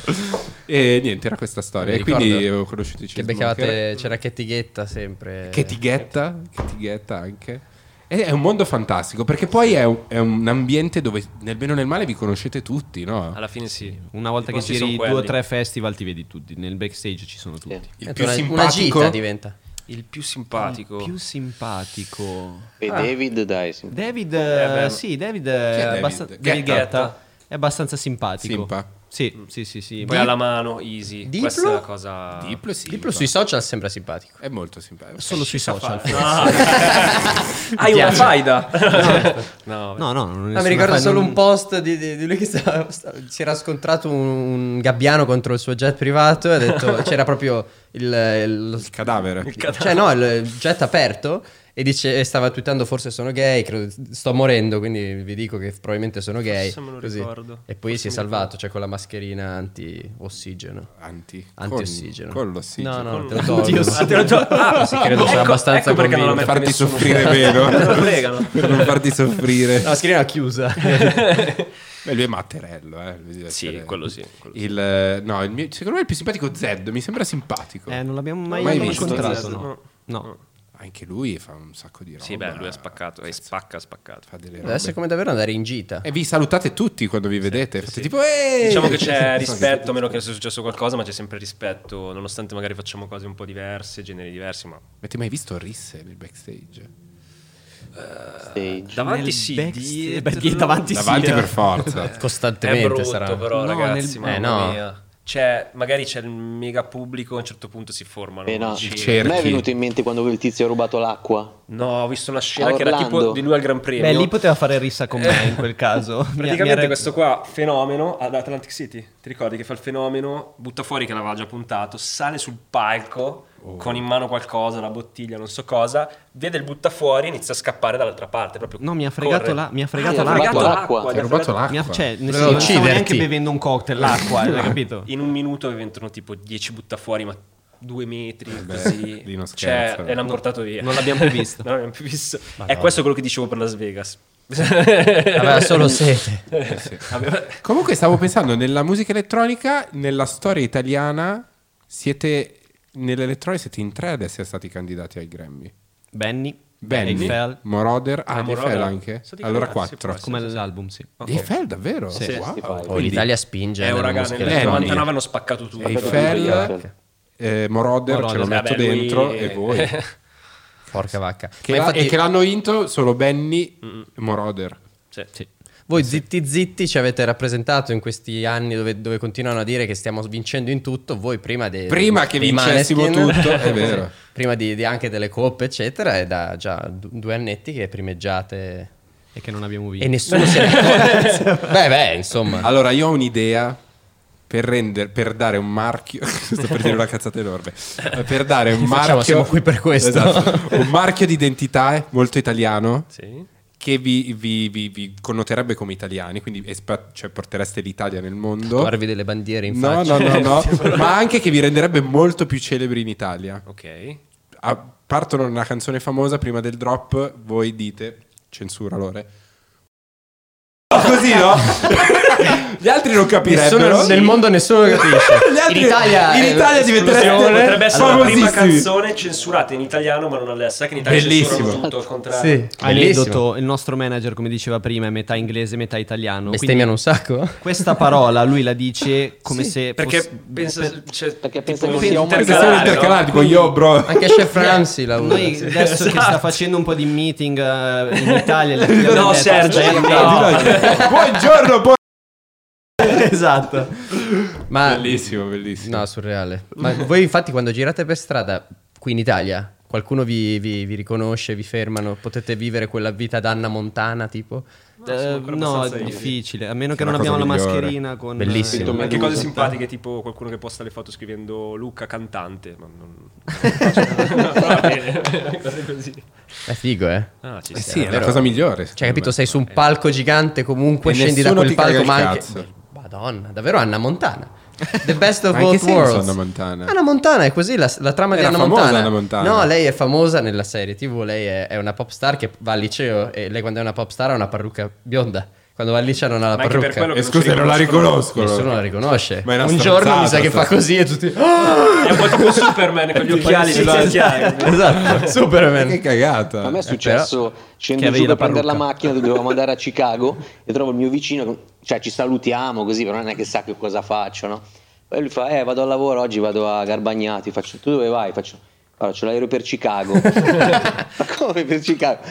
A: E niente, era questa storia.
B: Mi
A: E quindi
B: ricordo
A: ho conosciuto i
B: Che
A: Chainsmokers.
B: beccavate, c'era Kettighetta sempre.
A: Che tighetta, che tighetta anche. E è un mondo fantastico perché poi è un, è un ambiente dove nel bene o nel male vi conoscete tutti, no?
G: Alla fine sì.
D: Una volta
G: I
D: che
G: posti
D: giri
G: sono
D: due o
G: quelli.
D: tre festival ti vedi tutti. Nel backstage ci sono tutti.
A: Il
B: Diventa
A: più
B: una, una
A: simpatico.
B: gita diventa.
G: Il più simpatico.
D: Più simpatico.
F: e David dai sì.
D: David,
G: beh.
D: sì, David
A: Chi è
D: è
A: David?
D: abbast-
A: Guetta.
D: David Guetta è abbastanza simpatico.
A: Simpa.
D: Sì, sì, sì, sì.
G: Mm. Poi alla mano, easy.
B: Diplo?
G: Questa è la cosa...
A: Diplo, sì,
B: Diplo sui social sembra simpatico.
A: È molto simpatico.
D: solo sui social.
B: (laughs)
G: Ah.
B: Ah.
G: (laughs) Hai una
B: piace.
G: faida. no,
D: No, no, non
B: Ah, mi ricordo solo un post di, di- di lui che stava- stava- si era scontrato un, un gabbiano contro il suo jet privato (laughs) e ha detto c'era proprio il, il-
A: Il cadavere.
B: cioè no il jet aperto E dice, e stava twittando forse sono gay, credo- sto morendo, quindi vi dico che probabilmente sono gay.
G: Forse me lo
B: così.
G: ricordo.
B: E poi
G: Forse
B: si è
G: mi
B: salvato, cioè con la mascherina anti-ossigeno.
A: Anti,
B: Antiossidono.
A: Con, con l'ossigeno.
B: No, no,
G: Con-
B: te lo tolgo.
G: Ah, te lo tolgo.
B: (laughs)
G: Ah,
B: Sì, credo sia
G: ecco-
B: abbastanza
G: ecco perché non la
B: convinto.
A: Per
G: metto
A: farti
G: nessuno.
A: soffrire
G: (laughs)
A: meno.
G: Me lo fregano.
A: (laughs) Per non farti soffrire.
B: La mascherina
G: (laughs)
B: chiusa.
A: Beh, lui è Matterello, eh. lui deve
G: Sì,
A: essere-
G: quello sì, quello sì.
A: Il, eh, no, il mio- secondo me il più simpatico Zed, mi sembra simpatico.
D: Eh, non l'abbiamo mai,
A: Mai visto,
D: incontrato.
A: Zed?
D: No. No.
A: Anche lui fa un sacco di roba.
G: Sì, beh, lui è Eh, spaccato. E spacca, spaccato.
A: Fa delle
B: Adesso è
A: robe.
B: come davvero andare in gita.
A: E vi salutate tutti quando vi vedete. Fate tipo, "Ehi!"
G: Diciamo che c'è
A: (laughs) Non so
G: rispetto, a meno che sia successo qualcosa, ma c'è sempre rispetto, nonostante magari facciamo cose un po' diverse, generi diversi, ma
A: Avete mai visto Risse nel backstage?
D: Ah.
F: Stage.
G: davanti
D: Nel
G: sì,
D: backstage-
G: dietro-
D: beh, davanti sì.
A: Davanti
D: eh.
A: per
G: (laughs)
A: forza.
B: Costantemente
G: è brutto
B: sarà.
G: però
D: No,
G: ragazzi,
D: nel-
B: eh,
G: mamma
B: no.
G: mia. C'è, magari c'è il mega pubblico, a un certo punto si formano.
F: Eh, no.
G: dici-
A: Cerchi.
F: A me è venuto in mente quando quel tizio ha rubato l'acqua.
G: No, ho visto una
F: A
G: scena che era
F: Orlando.
G: tipo di lui al Gran Premio.
D: Beh, lì poteva fare rissa con me in quel caso. Mi ha- mi ha
G: Praticamente
D: re-
G: questo qua fenomeno ad Atlantic City, ti ricordi che fa il fenomeno, butta fuori che l'aveva già puntato, sale sul palco
B: Oh.
G: con in mano qualcosa, una bottiglia, non so cosa, vede il butta fuori e inizia a scappare dall'altra parte. Proprio
D: No, mi ha fregato,
G: corre.
D: la, mi ha
F: Ah,
D: fregato
F: ha
G: Ha fregato
D: l'acqua.
F: l'acqua.
G: l'acqua,
A: Hai
G: gli ha
A: rubato
G: fregato-
A: l'acqua.
D: Mi ha, cioè, nel
B: Volevo
D: senso, non stavo
B: ucciderti.
D: neanche bevendo un cocktail, l'acqua,
G: (laughs)
D: hai capito?
G: In un minuto diventano tipo 10 butta fuori, ma due metri
A: beh,
G: così.
A: lì non
G: cioè,
A: scherzano.
G: e l'hanno portato via.
D: non l'abbiamo più visto.
G: (laughs) Non l'abbiamo più visto. È questo quello che dicevo per Las Vegas.
B: Aveva solo sete.
G: (laughs) Aveva-
A: Comunque stavo pensando, nella musica elettronica, nella storia italiana, siete... Nell'elettronica siete in tre ad essere stati candidati ai Grammy.
D: Benny,
A: Benny,
D: Eiffel,
A: Moroder, ah,
G: Ah, Moroder.
A: Eiffel anche?
G: Sono di
A: Allora
G: candidati, sì,
A: quattro.
G: può
D: come l'album, sì.
A: Eiffel davvero?
D: Sì.
A: Wow.
F: Sì, sì, poi.
B: Oh, L'Italia spinge.
G: È un
B: nella
G: raga,
B: musica
G: nel
A: Benny.
B: elettronica.
G: 99 hanno spaccato tutto.
A: Eiffel, eh, Moroder, ce lo
D: Moroder.
A: metto
G: Vabbè, lui-
A: dentro e
G: (laughs)
A: voi.
B: Porca vacca.
A: Che
B: Ma
A: la-
B: infatti-
A: E che l'hanno vinto solo Benny e Moroder.
G: Sì.
A: Eh
B: Voi zitti zitti ci avete rappresentato in questi anni dove, dove continuano a dire che stiamo vincendo in tutto, voi prima dei
A: Prima che
B: dei
A: vincessimo
B: Maneskin,
A: tutto,
B: (laughs)
A: è vero.
B: prima di, di anche delle coppe eccetera, è da già du- due annetti che primeggiate
D: E che non abbiamo
B: e
D: visto.
B: nessuno si è
A: (laughs)
B: Beh beh, insomma.
A: Allora, io ho un'idea per, render- per dare un marchio. (laughs) Sto per dire una cazzata enorme. Eh, Per dare un
B: (laughs) Facciamo,
A: marchio.
B: siamo qui per questo.
A: Esatto.
B: (laughs)
A: un marchio di identità eh, molto italiano.
G: Sì.
A: Che vi, vi- vi- vi connoterebbe come italiani, quindi espa- cioè, portereste l'Italia nel mondo.
B: Guardi delle bandiere in
A: No,
B: faccia.
A: no, no,
B: (laughs)
A: no. ma anche che vi renderebbe molto più celebri in Italia.
G: Ok.
A: a- partono una canzone famosa prima del drop, voi dite censura Lore. Oh, Così no? (laughs) Gli altri non capirebbero.
B: Nessuno- nel mondo nessuno capisce.
A: (laughs) Gli altri-
B: in Italia
A: in
B: è-
A: Italia diventereste
G: Potrebbe essere la prima
A: famosissimi.
G: canzone censurata in italiano, ma non all'estero. Che in Italia
A: Bellissimo.
G: censurano tutto al contrario.
B: Sì, bellissimo.
D: Aneddoto, il nostro manager, come diceva prima, è metà inglese, metà italiano. Quindi
B: Bestemmiano un sacco?
D: questa parola lui la dice come
B: Sì,
D: se
G: Perché
D: fosse-
G: pensa, cioè,
F: perché pensa
G: tipo,
F: che sia un
A: Perché sono intercalati, tipo io bro.
B: Anche Chef Franzi la usa.
D: Noi adesso che sta facendo un po' di meeting eh, in Italia le-
G: Esatto. No,
D: abbiamo detto, cioè,
A: (laughs)
G: Sergio,
D: "Aspetta,
G: no."
A: Buongiorno, buon-
D: esatto.
B: Ma
A: Bellissimo, bellissimo.
B: No,
A: (laughs)
B: surreale. Ma voi infatti quando girate per strada qui in Italia, qualcuno vi, vi- vi riconosce, vi fermano, potete vivere quella vita d'Anna Montana tipo?
D: Eh, no, è difficile, a meno che non
A: una cosa
D: abbiamo la
A: migliore.
D: mascherina con
B: Bellissimo.
D: eh,
G: Anche cose
D: esatto.
G: simpatiche, tipo qualcuno che posta le foto scrivendo Luca cantante. Ma non... (laughs)
B: Eh
G: cose così.
B: È figo, eh?
G: Ah, ci
A: Eh
G: sta.
A: sì, è la
B: vero.
A: cosa migliore.
B: Cioè,
A: secondo
B: capito,
A: me.
B: sei su un palco gigante comunque,
A: E
B: scendi da
A: nessuno
B: quel
A: ti caga
B: palco,
A: il
B: ma anche...
A: cazzo.
B: Madonna, davvero Anna Montana.
A: (laughs)
B: The best of
A: Ma in che
B: both
A: senso
B: worlds.
A: Anna Montana?
B: Anna Montana è così la, la trama di
A: Era
B: Anna
A: famosa
B: Montana.
A: Anna Montana.
B: No, lei è famosa nella serie TV, lei è, è una pop star che va al liceo e lei quando è una pop star ha una parrucca bionda. Quando va al liceo non ha la
G: Ma anche per
B: parrucca.
G: quello
A: Eh,
G: che
A: scusa, non la riconosco.
B: Nessuno la riconosce.
A: Ma è una
B: un giorno mi
A: stronzata,
B: sa
A: cioè.
B: che fa
A: sta- (laughs)
B: così e tutti. "Ah!"
G: È un po' tipo Superman con gli occhiali cioè, eh. senza occhiali.
B: esatto,
A: Che
B: Superman. Eh,
A: cagata.
F: A me è successo,
D: Eh, che
F: scendo
D: avevi
F: giù
D: la
F: per prendere la
D: parrucca.
F: macchina, dovevamo andare
D: (laughs)
F: a Chicago e trovo il mio vicino, cioè ci salutiamo così, però non è che sa che cosa faccio, no? Poi lui fa, eh vado al lavoro oggi, vado a Garbagnati, faccio, tu dove vai? Faccio, guarda c'ho l'aereo per
D: (laughs)
F: Chicago. (laughs) Ma come per Chicago?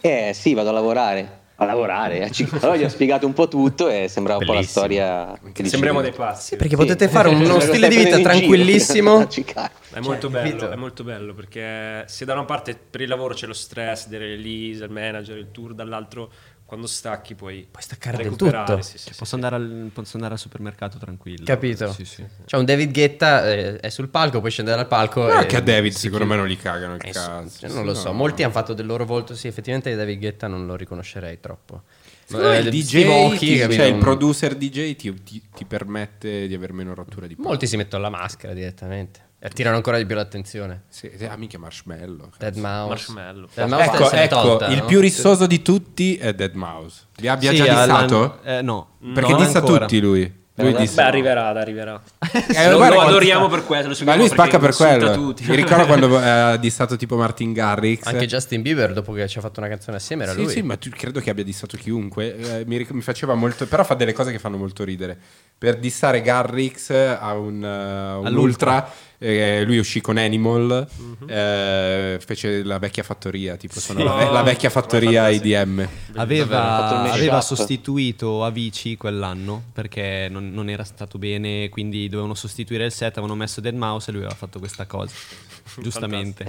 F: Eh sì, vado a lavorare. A lavorare, a Chicago. Allora gli ho spiegato un po' tutto e sembrava un po' la
B: Bellissimo.
F: storia... che dicevi.
G: Sembriamo dei pazzi.
B: Perché
F: Sì.
B: potete
F: (laughs)
B: fare uno
F: Lo stai
B: stile di vita
F: prendendo in giro (laughs)
B: tranquillissimo.
F: a Chicago.
G: È molto,
B: capito?
G: bello, è molto bello perché se da una parte per il lavoro c'è lo stress del release, il manager, il tour, dall'altro quando stacchi puoi,
B: Puoi staccare del
G: recuperare,
B: tutto. Cioè,
G: Sì, sì, sì.
D: Posso andare, al, posso andare al supermercato tranquillo.
B: Capito?
D: Sì, sì.
B: C'è un David Guetta, eh, è sul palco, poi scende dal palco.
A: No,
B: e-
A: anche a David
B: si
A: secondo
B: chiude.
A: me non li cagano il
B: Eh, so-
A: cazzo.
B: cioè, non lo so, molti hanno fatto del loro volto. Sì, effettivamente David Guetta non lo riconoscerei troppo.
A: Secondo me
B: Eh,
A: il DJ,
B: Steve Aoki,
A: ti-
B: capito? Mm.
A: cioè il producer DJ ti, ti- ti permette di avere meno rottura di palle.
B: Molti si mettono la maschera direttamente. E attirano ancora di più l'attenzione.
A: Sì, ah, minchia Marshmallow.
B: Dead Mouse.
G: Marshmallow.
B: Dead Mouse
A: Ecco,
B: se l'è
A: ecco,
B: tolta,
A: il
B: no?
A: più rissoso di tutti è Dead Mouse. Vi abbia
D: Sì,
A: già
D: Alan-
A: dissato?
D: eh, no.
A: Perché
D: non
A: dissa
D: ancora.
A: tutti lui. Lui
F: adesso-
A: dissa
G: Beh, arriverà, arriverà.
A: Eh,
G: lo,
A: guarda
G: lo
A: quanto-
G: adoriamo per questo. Lo
A: Ma
G: seguiamo
A: lui
G: perché
A: spacca per
G: insulta
A: quello.
G: Tutti.
A: Mi ricordo quando eh, ha dissato tipo Martin Garrix.
B: Anche Justin Bieber, dopo che ci ha fatto una canzone assieme, era
A: sì,
B: lui.
A: sì, ma tu- credo che abbia dissato chiunque. Eh, mi, ric- mi faceva molto. Però fa delle cose che fanno molto ridere. Per dissare Garrix a un, eh, un
D: All'ultra.
A: ultra, eh, lui uscì con Animal, eh, fece la vecchia fattoria. Tipo, sono la, ve- la vecchia fattoria IDM.
F: Davvero, ho fatto il
D: Aveva,
F: mashup.
D: aveva sostituito Avicii quell'anno perché non, non era stato bene, quindi dovevano sostituire il set, avevano messo Dead Mouse e lui aveva fatto questa cosa. Giustamente.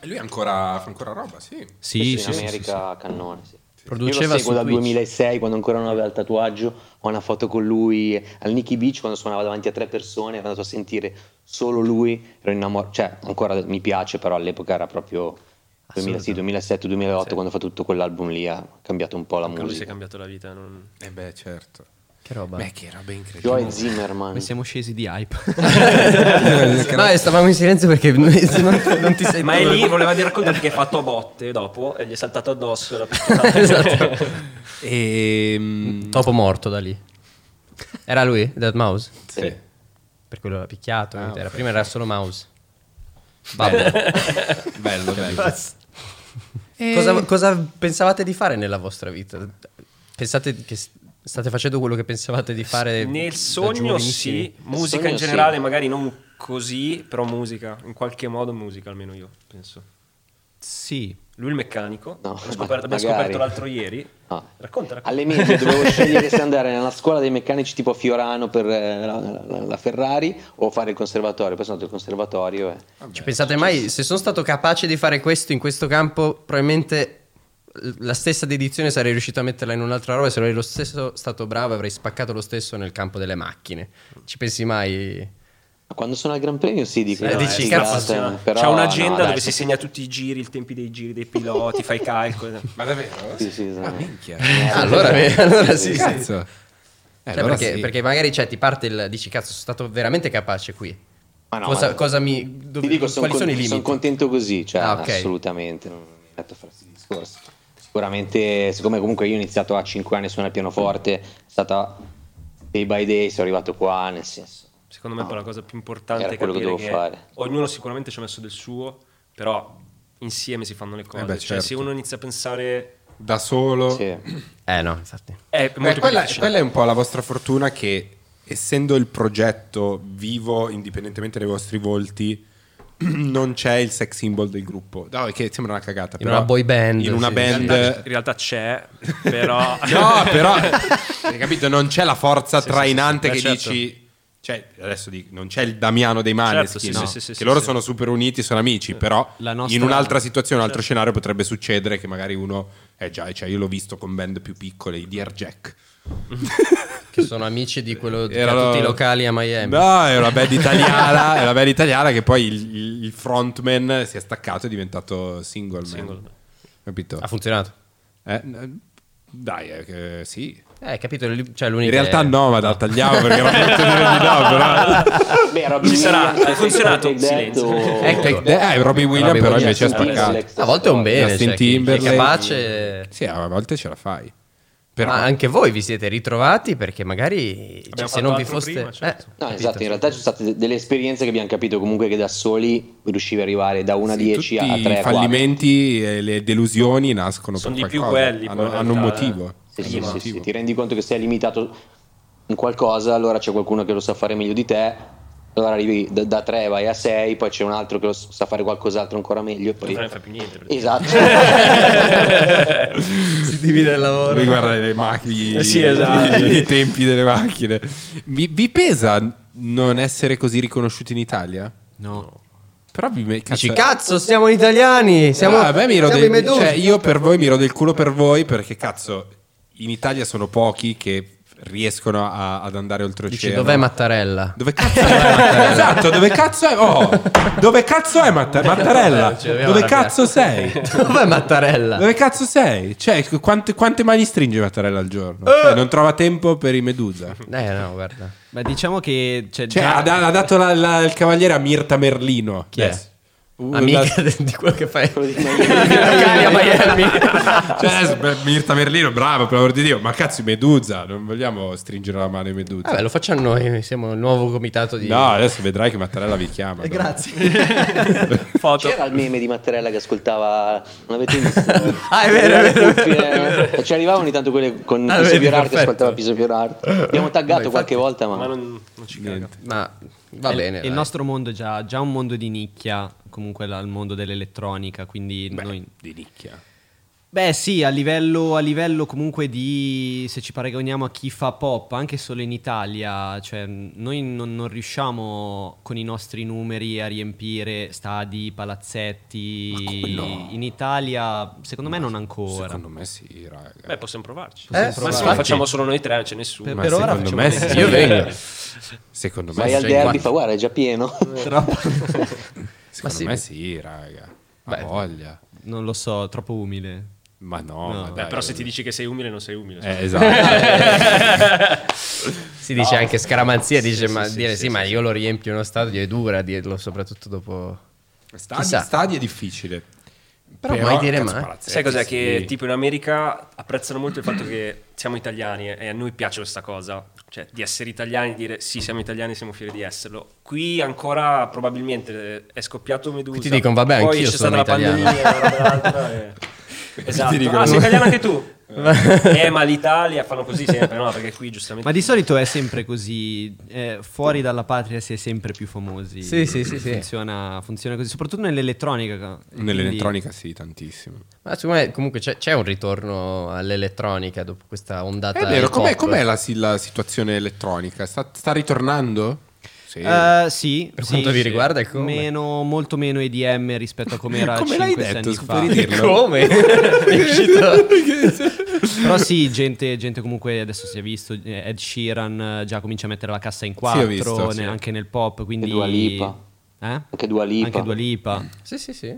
A: E lui ancora, fa ancora roba, sì.
D: Sì,
F: in
D: sì, sì, sì, sì.
F: America cannone, sì. Io
B: Produceva
F: lo seguo
B: su
F: dal
B: Twitch.
F: 2006 quando ancora non aveva il tatuaggio. Ho una foto con lui al Nicky Beach quando suonava davanti a tre persone. Ero andato a sentire solo lui. Ero innamorato, cioè ancora mi piace, però all'epoca era proprio 2006, 2007, 2008 quando fa tutto quell'album lì. Ha cambiato un po' la
G: Quello si è
F: musica.
G: cambiato la vita. non-
A: E beh, certo.
B: Che roba.
A: (laughs) Beh, che roba incredibile.
F: Joy Zimmerman.
D: Come siamo scesi di hype. (laughs)
B: No, eh, stavamo in silenzio perché noi- se non, non ti sento.
G: Ma è lì, voleva dire raccontare che è fatto a botte dopo e gli è saltato addosso. (laughs) La esatto.
A: Ehm,
B: Topo morto da lì. Era lui, Dead Mouse?
A: sì.
B: Per quello l'ha picchiato.
A: Ah,
B: capito? Era-
A: ok.
B: Prima era solo Mouse.
A: Bello, (laughs) bello. bello.
B: Cosa, cosa pensavate di fare nella vostra vita? Pensate che s- state facendo quello che pensavate di
F: Eh,
B: fare
G: Nel
B: da
G: sogno
B: giovanissimi?
G: sì, musica
F: sogno
G: in
F: sì.
G: generale magari non così, però musica, in qualche modo musica almeno io penso.
D: sì.
G: Lui il meccanico,
F: No,
G: l'ho scoperto-
F: ma-
G: abbiamo
F: magari.
G: scoperto l'altro ieri.
F: Ah.
G: Racconta, racconta. (laughs)
F: Alle medie dovevo scegliere se andare nella scuola dei meccanici tipo a Fiorano per eh, la, la- la Ferrari o fare il conservatorio. Poi sono andato al conservatorio e
B: Ci pensate mai, se sono stato capace di fare questo in questo campo, probabilmente l- la stessa dedizione sarei riuscito a metterla in un'altra roba. e Se ero lo stesso stato bravo, avrei spaccato lo stesso nel campo delle macchine. Ci pensi
A: Eh,
B: mai?
F: Ma Quando sono al Gran Premio sì, dico.
B: eh,
F: no,
B: dici,
F: è
B: cazzo,
F: figata,
G: C'è-
F: però
G: C'è un'agenda
F: no, dai,
G: dove
F: sì,
G: si segna tutti i giri, i tempi dei giri dei piloti, fai i calcoli.
A: Ma davvero?
F: Sì, sì, sì.
A: Ah, minchia.
B: Allora, beh, allora sì, sì.
A: Cazzo. Eh,
B: Cioè,
A: allora
B: perché,
A: sì.
B: perché magari cioè, ti parte il dici cazzo sono stato veramente capace qui
F: Ma Ah, no,
B: cosa,
F: ma-
B: cosa mi dove-
F: Ti dico, sono,
B: quali sono i limiti
F: sono contento così, cioè
B: Ah, ok.
F: assolutamente, non mi metto a fare questi discorsi. Sicuramente, siccome comunque io ho iniziato a 5 anni a suonare il pianoforte, è stata day by day, sono arrivato qua, nel senso.
G: Secondo me
F: No.
G: però la cosa più importante
F: Era
G: è
F: quello che
G: capire che,
F: dovevo fare.
G: ognuno sicuramente ci ha messo del suo, però insieme si fanno le cose.
A: Eh beh,
G: Cioè
A: certo.
G: se uno inizia a pensare
A: da solo.
F: Sì.
B: eh no infatti
G: è
A: Beh,
G: molto più
A: eh, quella,
G: difficile.
A: quella è un po' la vostra fortuna che essendo il progetto vivo indipendentemente dai vostri volti (clears throat) non c'è il sex symbol del gruppo. No, è che sembra una cagata,
B: In
A: però
B: una boy band,
A: in una
B: sì,
G: in,
A: band
G: realtà, in realtà
A: (laughs)
G: c'è, però...
A: No, però hai capito, non c'è la forza trainante
G: sì,
A: che
G: sì, beh, certo.
A: dici cioè, adesso dico, non c'è il Damiano dei Maneskin,
G: sì,
A: no?
G: sì, sì, sì,
A: che
G: sì,
A: loro
G: sì.
A: sono super uniti, sono amici, però
D: La nostra-
A: in un'altra situazione, un
G: Certo.
A: altro scenario potrebbe succedere che magari uno, eh già, cioè, io l'ho visto con band più piccole, i Dear Jack,
B: che sono amici di quello di
A: Erano-
B: tutti i locali a Miami
A: No, è una band italiana, è una band italiana che poi il, il- il frontman si è staccato e è diventato single man.
G: Single. Ah.
A: Capito?
B: ha funzionato
A: Eh, n- dai, eh, che- sì.
B: eh capito lì- cioè,
A: In
B: l'unica
A: realtà
B: è-
A: no, ma la tagliamo perché non posso dire di no, però...
F: Beh, Robin
G: Ci sarà,
F: Williams,
G: ha funzionato,
F: Take That
G: silenzio.
F: o-
B: Ecco,
A: Take that- eh, Robin Williams
B: Robin
A: però
B: Williams,
A: invece ha
B: sì.
A: staccato.
B: a volte è un bene
A: Justin
B: cioè, chi- chi è
A: Timberlake.
B: capace
A: Sì, a volte ce la fai. Però...
B: ma anche voi vi siete ritrovati perché magari cioè,
G: Abbiamo
B: se non vi
G: fatto altro
B: foste
G: prima, certo.
B: eh,
F: No,
B: capito?
F: esatto, in realtà ci sono state de- delle esperienze che abbiamo capito comunque che da soli riuscivi ad arrivare da una
A: Sì,
F: 10 a 3
A: tutti i
F: 4.
A: fallimenti e le delusioni nascono
G: Sono
A: per
G: di più
A: qualcosa.
G: quelli, poi,
A: hanno,
G: in
A: hanno un
G: realtà, eh.
A: motivo.
F: Sì,
A: Hanno
F: sì,
A: un
F: sì,
A: motivo.
F: sì, ti rendi conto che sei limitato in qualcosa, allora c'è qualcuno che lo sa fare meglio di te, allora arrivi da, 3 vai a 6, poi c'è un altro che lo s- sa fare qualcos'altro ancora meglio. e Poi...
G: (laughs) Non fa più niente. perché-
F: (laughs) Esatto.
B: si divide il lavoro
A: Devi guardare le macchine,
G: Eh sì,
A: (laughs)
G: esatto.
A: i, i tempi delle macchine. Vi, vi pesa non essere così riconosciuti in Italia?
D: No.
A: Però vi me-
B: Dici, cazzo, siamo
F: Eh,
B: italiani, siamo,
A: Ah, beh, mi rodo
B: siamo i
A: il-
B: Medusa.
A: cioè, io per voi mi rodo il culo per voi perché cazzo, in Italia sono pochi che riescono a- ad andare
B: Dici,
A: oltreoceano. (laughs)
B: dov'è Mattarella?
A: Dove cazzo è Mattarella? esatto, dove cazzo è? Oh, dove cazzo è Matta- Mattarella?
B: Ci dobbiamo
A: Dove
B: arrabbiare.
A: cazzo sei?
B: Dov'è Mattarella?
A: Dove cazzo sei? Cioè, quante, quante mani stringe Mattarella al giorno? Cioè, non trova tempo per i Medusa.
B: Eh no, guarda.
D: Beh, diciamo che c'è
A: Cioè,
D: già-
A: ha, da- ha dato la- la- il cavaliere a Mirta Merlino.
B: Chi è?
A: Yes. Uh,
B: Amica de- (laughs) di quello che fai.
F: Quello di
B: Cali a Miami.
A: la- (laughs) cioè, beh, Mirta Merlino, bravo, per l'amor di Dio. Ma cazzo, i Medusa, non vogliamo stringere la mano ai Medusa.
B: Vabbè, lo facciamo noi, siamo il nuovo comitato di...
A: No, adesso vedrai che Mattarella vi
B: Eh,
A: chiama. no? (laughs)
F: Esatto.
G: Foto.
F: C'era il meme di Mattarella che ascoltava. Non avete visto?
B: (laughs) Ah, è vero, è vero, è vero, è vero.
F: Eh, Ci arrivavano ogni tanto quelle con
B: Ah,
F: Piso
B: vedi,
F: Fiorard che
B: perfetto.
F: ascoltava Piso Fiorard. Abbiamo taggato
B: infatti-
F: qualche volta, ma.
G: Ma non, non ci caga.
A: Niente.
B: Ma va
D: il-
B: bene.
D: Il
B: dai.
D: nostro mondo è già, già un mondo di nicchia, comunque la- il mondo dell'elettronica, quindi noi...
A: Di nicchia.
D: Beh sì, a livello, a livello comunque di... se ci paragoniamo a chi fa pop, anche solo in Italia, cioè noi non, non riusciamo con i nostri numeri a riempire stadi,
A: Ma quello-
D: palazzetti. In Italia, secondo me non ancora.
A: Secondo me sì, raga.
G: Beh, possiamo provarci.
B: Eh,
G: Ma se lo
B: infatti.
G: facciamo solo noi tre, non c'è nessuno.
D: Per-
A: Ma
D: per ora
A: secondo me
D: facciamo bene.
A: sì.
B: Io vengo.
A: (laughs) Secondo me
F: Vai al
A: sì.
B: sei
F: derby,
B: quattro.
F: fa guarda, è già pieno.
A: Secondo
B: sì.
A: me sì, raga. Ma
B: Beh.
A: voglia.
D: Non lo so, troppo umile.
A: Ma no, ma
G: Beh,
A: dai.
G: però se ti dici che sei umile, non sei umile.
A: Eh, esatto.
B: Si dice anche scaramanzia, dice, ma
G: sì,
B: dire
G: sì,
B: sì, ma io lo riempio in uno stadio è dura dirlo, soprattutto dopo...
A: (laughs) stadi,
B: Chissà.
A: stadi è difficile.
B: Però mai dire
A: cazzo,
B: mai.
A: palazzetti,
G: Sai cos'è?
A: sì.
G: Che tipo in America apprezzano molto il fatto che siamo italiani e a noi piace questa cosa, cioè di essere italiani, dire sì siamo italiani, siamo fieri di esserlo. Qui ancora probabilmente è scoppiato Medusa.
B: Qui ti dicono, vabbè,
G: poi
B: anch'io
G: c'è
B: sono
G: stata la
B: italiano.
G: pandemia, una roba l'altra, e- Esatto.
A: Ti dicono-
G: ah, sei italiano anche tu. eh, ma l'Italia fanno così sempre, no? Perché qui giustamente
D: Ma di solito è sempre così, eh, fuori dalla patria si è sempre più famosi.
B: Sì, sì, sì, sì.
D: Funziona, funziona così, soprattutto nell'elettronica.
A: Nell'elettronica sì, tantissimo.
B: Ma secondo me comunque c'è, c'è un ritorno all'elettronica dopo questa ondata...
A: È vero,
B: hip hop.
A: com'è,
B: (laughs)
A: com'è la, si- la situazione elettronica? Sta, sta ritornando? Sì.
D: Quindi- Eh, sì,
B: Per
D: sì,
B: quanto vi
D: sì.
B: riguarda è come?
D: Meno, molto meno EDM rispetto a come
A: (laughs)
D: era
A: Come l'hai
D: 5
A: detto?
D: anni
A: Scusa,
D: fa. Ecco.
A: puoi ridirlo? (laughs)
B: Come? È uscito-
D: Però sì, gente, gente comunque adesso si è visto, eh, Ed Sheeran eh, già comincia a mettere la cassa in quattro,
A: ho visto,
D: ne-
A: sì.
D: anche nel pop, quindi...
F: Dua Lipa.
D: Eh?
F: (laughs) Anche Dua Lipa.
D: Anche Dua Lipa.
A: Mm.
D: (laughs)
B: Sì, sì, sì.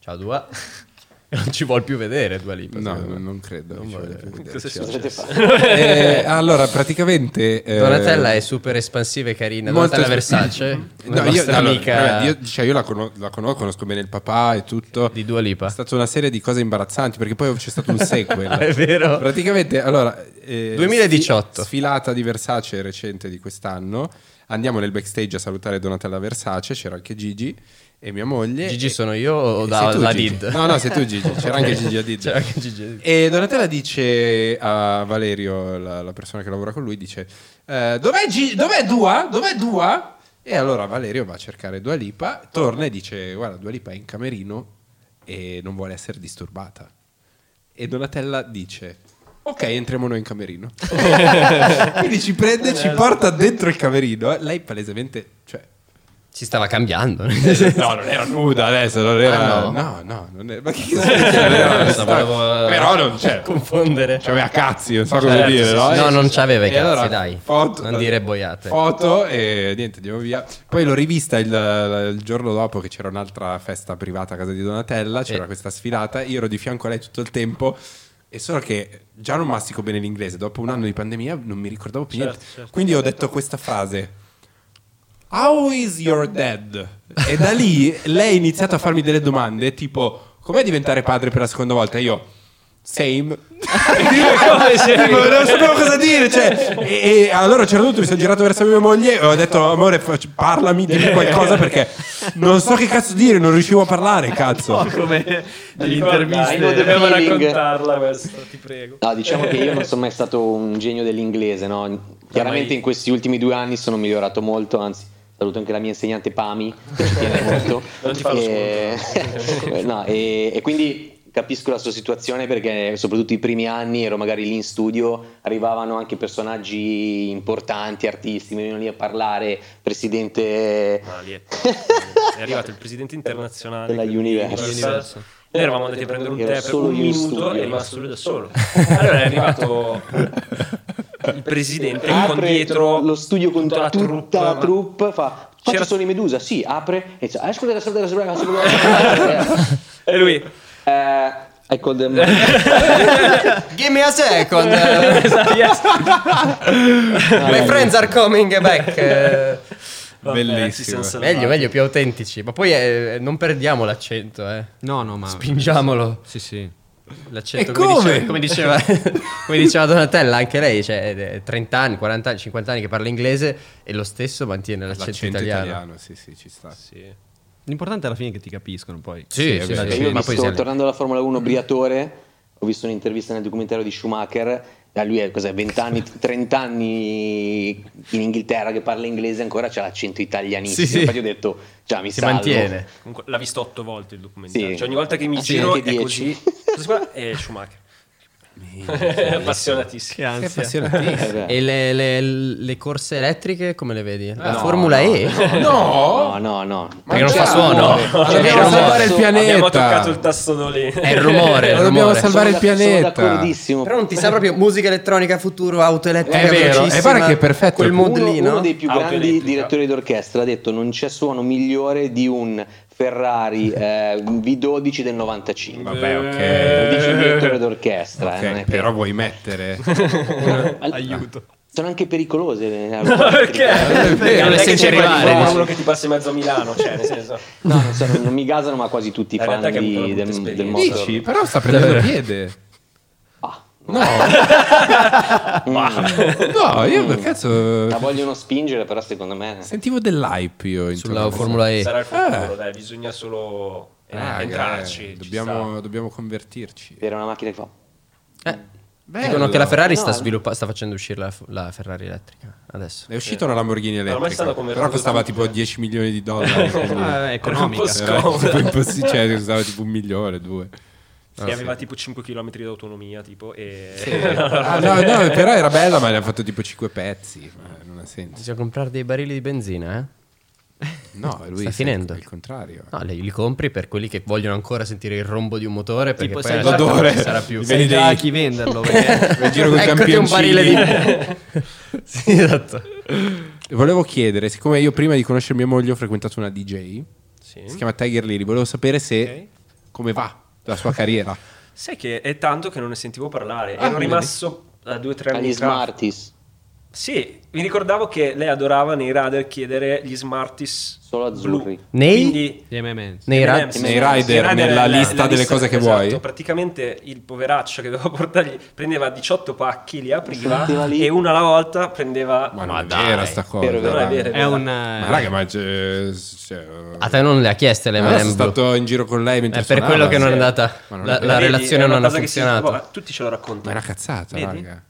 B: Ciao Dua. (laughs) Non ci vuol più vedere Dua Lipa.
A: No,
B: secondo me.
A: non credo. che ci voglia più vedere.
G: Cosa è
A: Cioè, (laughs)
G: successo?
A: eh, allora, praticamente... eh,
B: Donatella è super espansiva e carina.
A: Molto
B: Donatella
A: espansiva.
B: Versace.
A: (laughs) No,
B: la
A: io,
B: nostra
A: allora,
B: amica
A: vabbè, io, cioè, io la, cono- la conosco, conosco bene il papà e tutto.
B: di Dua Lipa.
A: È stata una serie di cose imbarazzanti perché poi c'è stato un sequel.
B: (laughs) È vero.
A: Praticamente, allora, eh,
B: 2018.
A: sfi- sfilata di Versace recente di quest'anno. Andiamo nel backstage a salutare Donatella Versace, c'era anche Gigi e mia moglie.
B: Gigi
A: E-
B: sono io o
A: e
B: da-
A: sei tu,
B: la
A: Gigi?
B: Did?
A: No, no, sei tu Gigi, c'era anche Gigi Hadid.
B: (laughs) C'era anche Gigi Hadid.
A: E Donatella dice a Valerio, la, la persona che lavora con lui, dice eh, dov'è, Gi- dov'è Dua? Dov'è Dua? E allora Valerio va a cercare Dua Lipa, torna e dice guarda Dua Lipa è in camerino e non vuole essere disturbata. E Donatella dice ok entriamo noi in camerino. Quindi ci prende, ci porta dentro il camerino. Lei palesemente... Cioè,
B: Ci
A: (laughs)
B: stava cambiando.
A: No, non era nuda adesso, non era... Cioè,
B: Ah, no?
A: no? no, non era... Ma (laughs) che cazzo era?
B: Adesso volevo, eh,
A: Però non c'è... Cioè,
B: confondere.
A: C'aveva cazzi, non so come dire, no?
B: No,
A: E-
B: non c'aveva i
A: e allora,
B: cazzi, dai.
A: foto-
B: non dire boiate.
A: Foto e niente, andiamo via. Poi l'ho rivista il, il giorno dopo che c'era un'altra festa privata a casa di Donatella, c'era
B: Eh.
A: questa sfilata, io ero di fianco a lei tutto il tempo. E solo che già non mastico bene l'inglese, dopo un anno di pandemia non mi ricordavo più niente. Quindi ho detto questa frase. How is your dad? E da lì lei ha iniziato a farmi delle domande tipo com'è diventare padre per la seconda volta? E io same. Tipo, non sapevo cosa dire, cioè, e, e allora a un certo punto mi sono girato verso mia moglie e ho detto amore fac- parlami, dimmi qualcosa perché non so che cazzo dire, non riuscivo a parlare, cazzo.
G: come
F: interviste.
G: dobbiamo
F: Feeling.
G: raccontarla questa, ti prego.
F: No, diciamo che io non sono mai stato un genio dell'inglese, no? Chiaramente in questi ultimi due anni sono migliorato molto, anzi saluto anche la mia insegnante Pami, che ci tiene molto.
G: Non ti fa
F: (laughs)
G: lo
F: e... no, e, e quindi capisco la sua situazione perché soprattutto i primi anni ero magari lì in studio, arrivavano anche personaggi importanti, artisti, venivano lì a parlare, presidente...
G: Ma lì è, ecco.
F: (laughs)
G: è arrivato il presidente internazionale
F: Della
G: quindi,
F: Universal.
G: Universal. Noi eravamo andati a prendere un
F: Era
G: tè per
F: solo
G: un
F: io in
G: minuto
F: studio.
G: e è rimasto lui da solo. Allora è arrivato il presidente con
F: apre cioè,
G: dietro
F: lo studio con
G: tutta la troupe, ma-
F: troupe, fa... Ma
G: C'era-
F: ci sono i Medusa? Sì, apre e dice, ah, scusa, scusa, scusa,
B: (laughs)
F: scusa.
G: E lui
F: Eh, I called them.
B: Give me
A: (laughs)
B: a second.
A: Esatto,
B: (laughs) My friends are coming back. Eh,
G: vabbè,
A: Bellissimo.
G: ci siamo salvati.
B: meglio, meglio, più autentici. Ma poi eh, non perdiamo l'accento, eh.
D: No, no, ma...
B: Spingiamolo.
D: Sì, sì.
B: L'accento,
A: E
B: Come,
A: (laughs)
B: diceva, come, diceva, come diceva Donatella, anche lei, cioè eh, 30 anni, 40 anni, 50 anni che parla inglese e lo stesso mantiene l'accento,
A: L'accento
B: italiano.
A: italiano. sì, sì, ci sta.
D: L'importante è alla fine che ti capiscono poi.
B: Sì,
A: Sì,
B: sì,
A: vabbè,
B: (laughs) sì,
F: Io ho
B: ma poi
F: visto,
B: siamo-
F: tornando alla Formula 1, Briatore, ho visto un'intervista nel documentario di Schumacher, da lui è cos'è, 20 anni, 30 anni in Inghilterra che parla inglese ancora c'ha l'accento italianissimo,
B: Sì, sì.
F: infatti ho detto già mi
B: si
F: salvo.
B: mantiene.
G: Comunque, l'ha visto otto volte il documentario.
F: Sì.
G: Cioè, ogni volta che mi
F: Sì,
G: giro
F: anche
G: è
F: dieci.
G: così. Questo qua è Eh, Schumacher. È (laughs) appassionatissimo.
A: È
F: Eh,
A: appassionatissimo.
F: beh.
B: E le, le- le corse elettriche come le vedi? La
A: Eh, No,
B: Formula
A: no,
B: E?
A: No!
F: No, no, no.
B: Oh? Perché non fa suono.
A: Dobbiamo
B: Cioè,
F: abbiamo
A: salvare il
F: adesso-
A: pianeta.
G: Abbiamo toccato il tasto lì.
B: È
G: (laughs)
B: il rumore, è il
A: Dobbiamo
B: rumore.
A: salvare- il
F: Sono da-
A: pianeta.
F: Sono d'accordissimo.
B: Però non ti sa proprio musica elettronica futuro, auto elettrica
A: È vero,
B: velocissima,
A: e guarda che è perfetto.
B: Quel
A: Uno-
F: uno,
B: modellino.
F: uno dei più
G: Auto
F: grandi
G: elettrica.
F: direttori d'orchestra ha detto non c'è suono migliore di un Ferrari eh, V12 del 95.
A: Vabbè, ok.
F: Eh, Lo dice il direttore d'orchestra,
A: Ok,
F: eh, non è che-
A: però vuoi mettere
F: (laughs) Aiuto. Sono anche pericolose. le-
G: Eh, Perché?
A: vero,
G: Perché non
B: le
G: è che
B: senti
G: c'è
B: arrivare,
G: qualcuno
B: dici.
G: uno che ti passa in mezzo a Milano, cioè, nel senso.
F: No, non, so, non mi gasano, ma quasi tutti i
G: La
F: fan
G: realtà è che ha
F: di-
G: avuto una brutta
F: del, del
G: esperienza.
F: motor.
A: Dici, però sta
B: Eh.
A: prendendo piede.
F: Ah,
A: No, io
B: Mm.
A: per cazzo
F: La vogliono spingere, però secondo me.
A: sentivo dell'hype io certo intorno a
B: Sulla
A: questo.
B: Formula E.
G: Sarà il futuro, dai, bisogna solo eh,
A: Raga,
G: entrarci.
A: eh,
G: ci sta.
A: dobbiamo, dobbiamo convertirci.
F: Era una macchina che fa.
B: Dicono che la Ferrari
F: No,
B: sta,
F: no.
B: sviluppa- sta facendo uscire la, la Ferrari elettrica adesso.
A: È uscita una Lamborghini
G: ormai
A: elettrica.
G: stanno
A: Però
G: convertendo
A: costava
G: tutte.
A: tipo 10 milioni di dollari.
G: (laughs)
A: quindi
D: Ah, è economica.
G: Un po'
A: era
G: scomoda.
A: tipo
G: (laughs)
A: impossi- cioè, costava tipo un milione, due.
G: Che aveva tipo 5 km di autonomia, tipo, e...
A: Ah, no, no, però era bella, ma ne ha fatto tipo 5 pezzi. ma Non ha senso.
B: Bisogna comprare dei barili di benzina, eh?
A: No, lui
B: Sta
A: è
B: finendo. Ah.
A: il contrario.
B: No, li, li compri per quelli che vogliono ancora sentire il rombo di un motore perché
D: Tipo,
B: poi
D: sai
B: alla
D: già-
B: certa non (laughs)
A: l'odore.
B: ci sarà più.
A: Li
D: Sai
A: vedi
D: già
A: dei-
D: a
A: (laughs)
D: chi venderlo, perché
A: Nel giro con i
B: Eccoti un barile
A: campioncini.
B: di... (laughs) sì, esatto.
A: Volevo chiedere, siccome io prima di conoscere mia moglie ho frequentato una DJ,
G: (laughs) Sì.
A: si chiama Tiger Lily, volevo sapere se come
B: Ah.
A: va la sua carriera.
G: Sai che è tanto che non ne sentivo parlare.
A: Ah,
G: Ero
A: vedi.
G: rimasto da due o tre anni
F: Agli
G: fa.
F: Smarties.
G: Sì, mi ricordavo che lei adorava nei radar chiedere gli Smarties
F: Solo azzurri.
G: blu.
B: Nei?
G: Quindi
D: Gli M&M's.
B: Nei ra-
G: M&M's.
A: Nei rider,
G: I
A: nella
G: la-
A: lista
G: la
A: delle cose che
G: esatto,
A: vuoi.
G: Praticamente il poveraccio che doveva (laughs) portargli prendeva 18 pacchi, li apriva
F: Metteva lì.
G: e una alla volta prendeva
A: Ma,
B: (laughs) Ma
A: non
B: dai.
A: era sta cosa.
F: Vero, vero,
A: raga.
G: è vero.
D: È un...
A: Ma
D: eh,
A: raga, ma c'è- c'è-
B: A Ah, te non le ha chieste le
A: Ma adesso
B: M&M
A: sono
B: blu.
A: stato in giro con lei mentre
B: È per
A: suonava,
B: quello che non è
A: sì.
B: andata.
A: Ma non è
B: La,
A: vero.
B: la
G: Vedi,
B: relazione
G: è una
B: non ha
G: cosa che si-
B: funzionato.
G: boh, tutti ce lo raccontano.
A: Ma è una cazzata,
G: Vedi?
A: raga.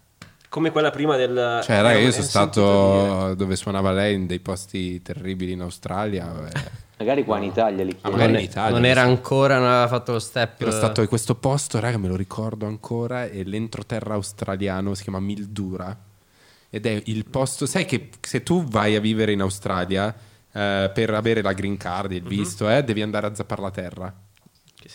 G: Come quella prima del
A: Cioè, raga,
G: eh,
A: io
G: ho
A: sono
G: sentito dire.
A: stato dove suonava lei in dei posti terribili in Australia. vabbè.
F: Magari qua in Italia li
A: Ah,
F: chiedo.
A: magari
B: Non,
A: in Italia.
B: non era ancora, non aveva fatto lo step.
G: Eh.
A: Ero stato in questo posto, raga, me lo ricordo ancora, è l'entroterra australiano, si chiama Mildura. Ed è il posto, sai che se tu vai a vivere in Australia eh, per avere la green card,
G: Mhm.
A: il visto, eh, devi andare a zapparlaterra.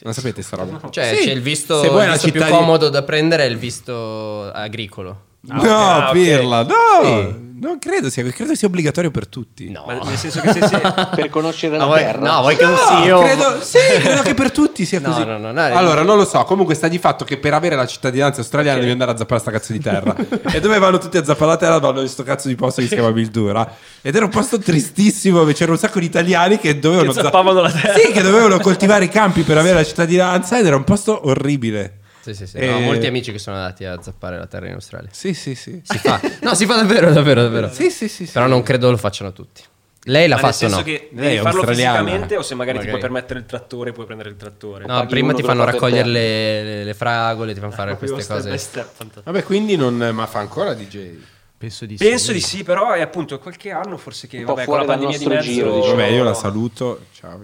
A: Non sapete sta roba?
B: Cioè,
A: Sì.
B: c'è il visto,
A: Se vuoi
B: il
A: una
B: visto più
A: città di-
B: comodo da prendere è il visto agricolo.
A: no,
G: Ah, ok.
A: Pirla, no! Non credo sia, credo sia obbligatorio per tutti.
B: No.
G: Ma nel (laughs) senso che
A: (laughs)
G: se, se
F: Per conoscere
B: No,
F: la
B: vuoi,
F: terra.
B: no, vuoi che un
A: No,
B: CEO
A: credo, sì, credo che per tutti sia
B: (laughs) No,
A: così.
B: no, no, no.
A: allora, non lo so. Comunque sta di fatto che per avere la cittadinanza australiana devi andare a zappare sta cazzo di
B: (laughs)
A: terra. e dove vanno tutti a zappare la terra? Vanno in sto cazzo di posto che si chiama Mildura. Ed era un posto tristissimo dove c'era un sacco di italiani che dovevano...
G: Che zappavano la terra.
A: Sì, che dovevano coltivare i campi per avere la cittadinanza ed era un posto orribile.
B: Sì, sì, sì.
A: Eh.
B: No, ho molti amici che sono andati a zappare la terra in Australia.
A: Sì, sì, sì.
B: Si fa. No, si fa davvero, davvero, davvero.
A: Sì, sì, sì, sì.
B: Però non credo lo facciano tutti. Lei l'ha
G: ma nel
B: fatto
G: senso
B: no.
G: che
A: Lei
G: devi
A: è
G: farlo
A: australiana.
G: fisicamente o se magari, ti
B: Magari.
G: puoi permettere il trattore puoi prendere il trattore.
B: No,
F: paghi
B: prima
F: uno
B: ti
F: che lo
B: fanno
F: fa per
B: raccogliere
F: te.
B: le, le fragole, ti fanno fare queste cose.
G: Step by step, fantastico.
A: Vabbè, quindi non... Ma fa ancora DJ.
D: Penso di sì.
G: Penso di sì, però è appunto qualche anno forse che
F: Un po'
G: vabbè, con la
F: fuori dal
G: pandemia di
F: nostro
G: mezzo
F: giro,
B: Oh.
F: diciamo.
A: Vabbè, io la saluto. Ciao,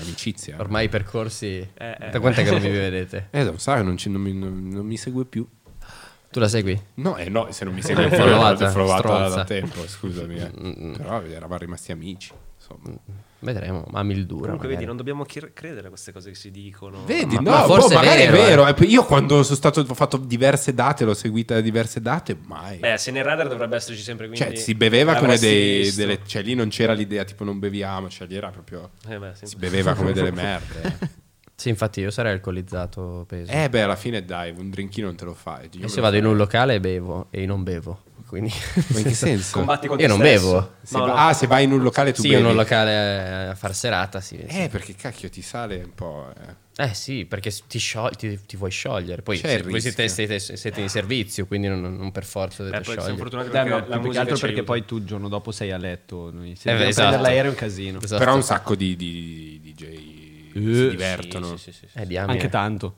A: amicizia.
B: Ormai i percorsi...
G: Eh, eh.
B: Da quant'è che non vi vedete?
A: Eh, lo sai, non, ci- non mi, non- non mi segue più.
B: Tu la segui?
A: No, eh no, se non
B: (laughs)
A: mi segue più,
B: Followata,
A: l'ho provata da
B: stronza. Mm,
A: tempo, scusami. eh. Però eravamo rimasti amici. Insomma.
B: Vedremo, ma Mildura
G: Comunque,
B: magari.
G: vedi, non dobbiamo chi- credere a queste cose che si dicono.
A: Vedi,
B: Ma-
A: no,
B: ma
A: boh,
B: forse è
A: magari è
B: vero,
A: vero. eh. Io quando sono stato, ho fatto diverse date, l'ho seguita da diverse date, mai.
G: Beh, se nel radar dovrebbe esserci sempre quindi.
A: cioè, si beveva come
G: l'avresti
A: dei,
G: visto.
A: delle... Cioè, lì non c'era l'idea, tipo, non beviamo. Cioè, lì era proprio...
G: Eh, beh, sì.
A: Si beveva come (laughs) delle merde.
B: Sì, infatti io sarei alcolizzato peso.
A: eh, beh, alla fine, dai, un drinchino non te lo fai. Io me lo
B: e se vado in
A: farei.
B: un locale bevo e non bevo. Quindi...
A: Ma
B: (laughs)
A: in che senso?
G: Combatti con
B: Io
G: te
B: non
G: stesso.
B: bevo.
A: Se
G: No, Eh,
A: va-
G: no.
A: Ah, se vai in un locale tu
B: Sì,
A: bevi.
B: in un locale a far serata, sì. sì.
A: Eh, perché cacchio, ti sale un po'. eh.
B: Eh sì, perché ti, sciogli- ti, ti vuoi sciogliere. Poi,
A: C'è
B: se-
A: Cioè, il
B: voi siete,
A: rischio.
B: siete- siete in servizio, quindi non, non per forza
G: Eh,
B: dovete
G: poi siamo
B: sciogliere.
G: fortunati
D: Beh,
G: perché
D: no,
G: la
D: più che
G: musica
D: altro
G: ci
D: perché
G: aiuta.
D: poi tu il giorno dopo sei a letto. noi- Se
B: Eh,
D: devi
B: esatto.
D: prendere l'aereo è un casino.
B: Esatto.
A: Però un sacco di, di- di DJ si divertono.
G: Sì, sì, sì, sì.
B: Eh, diamine.
D: Anche tanto.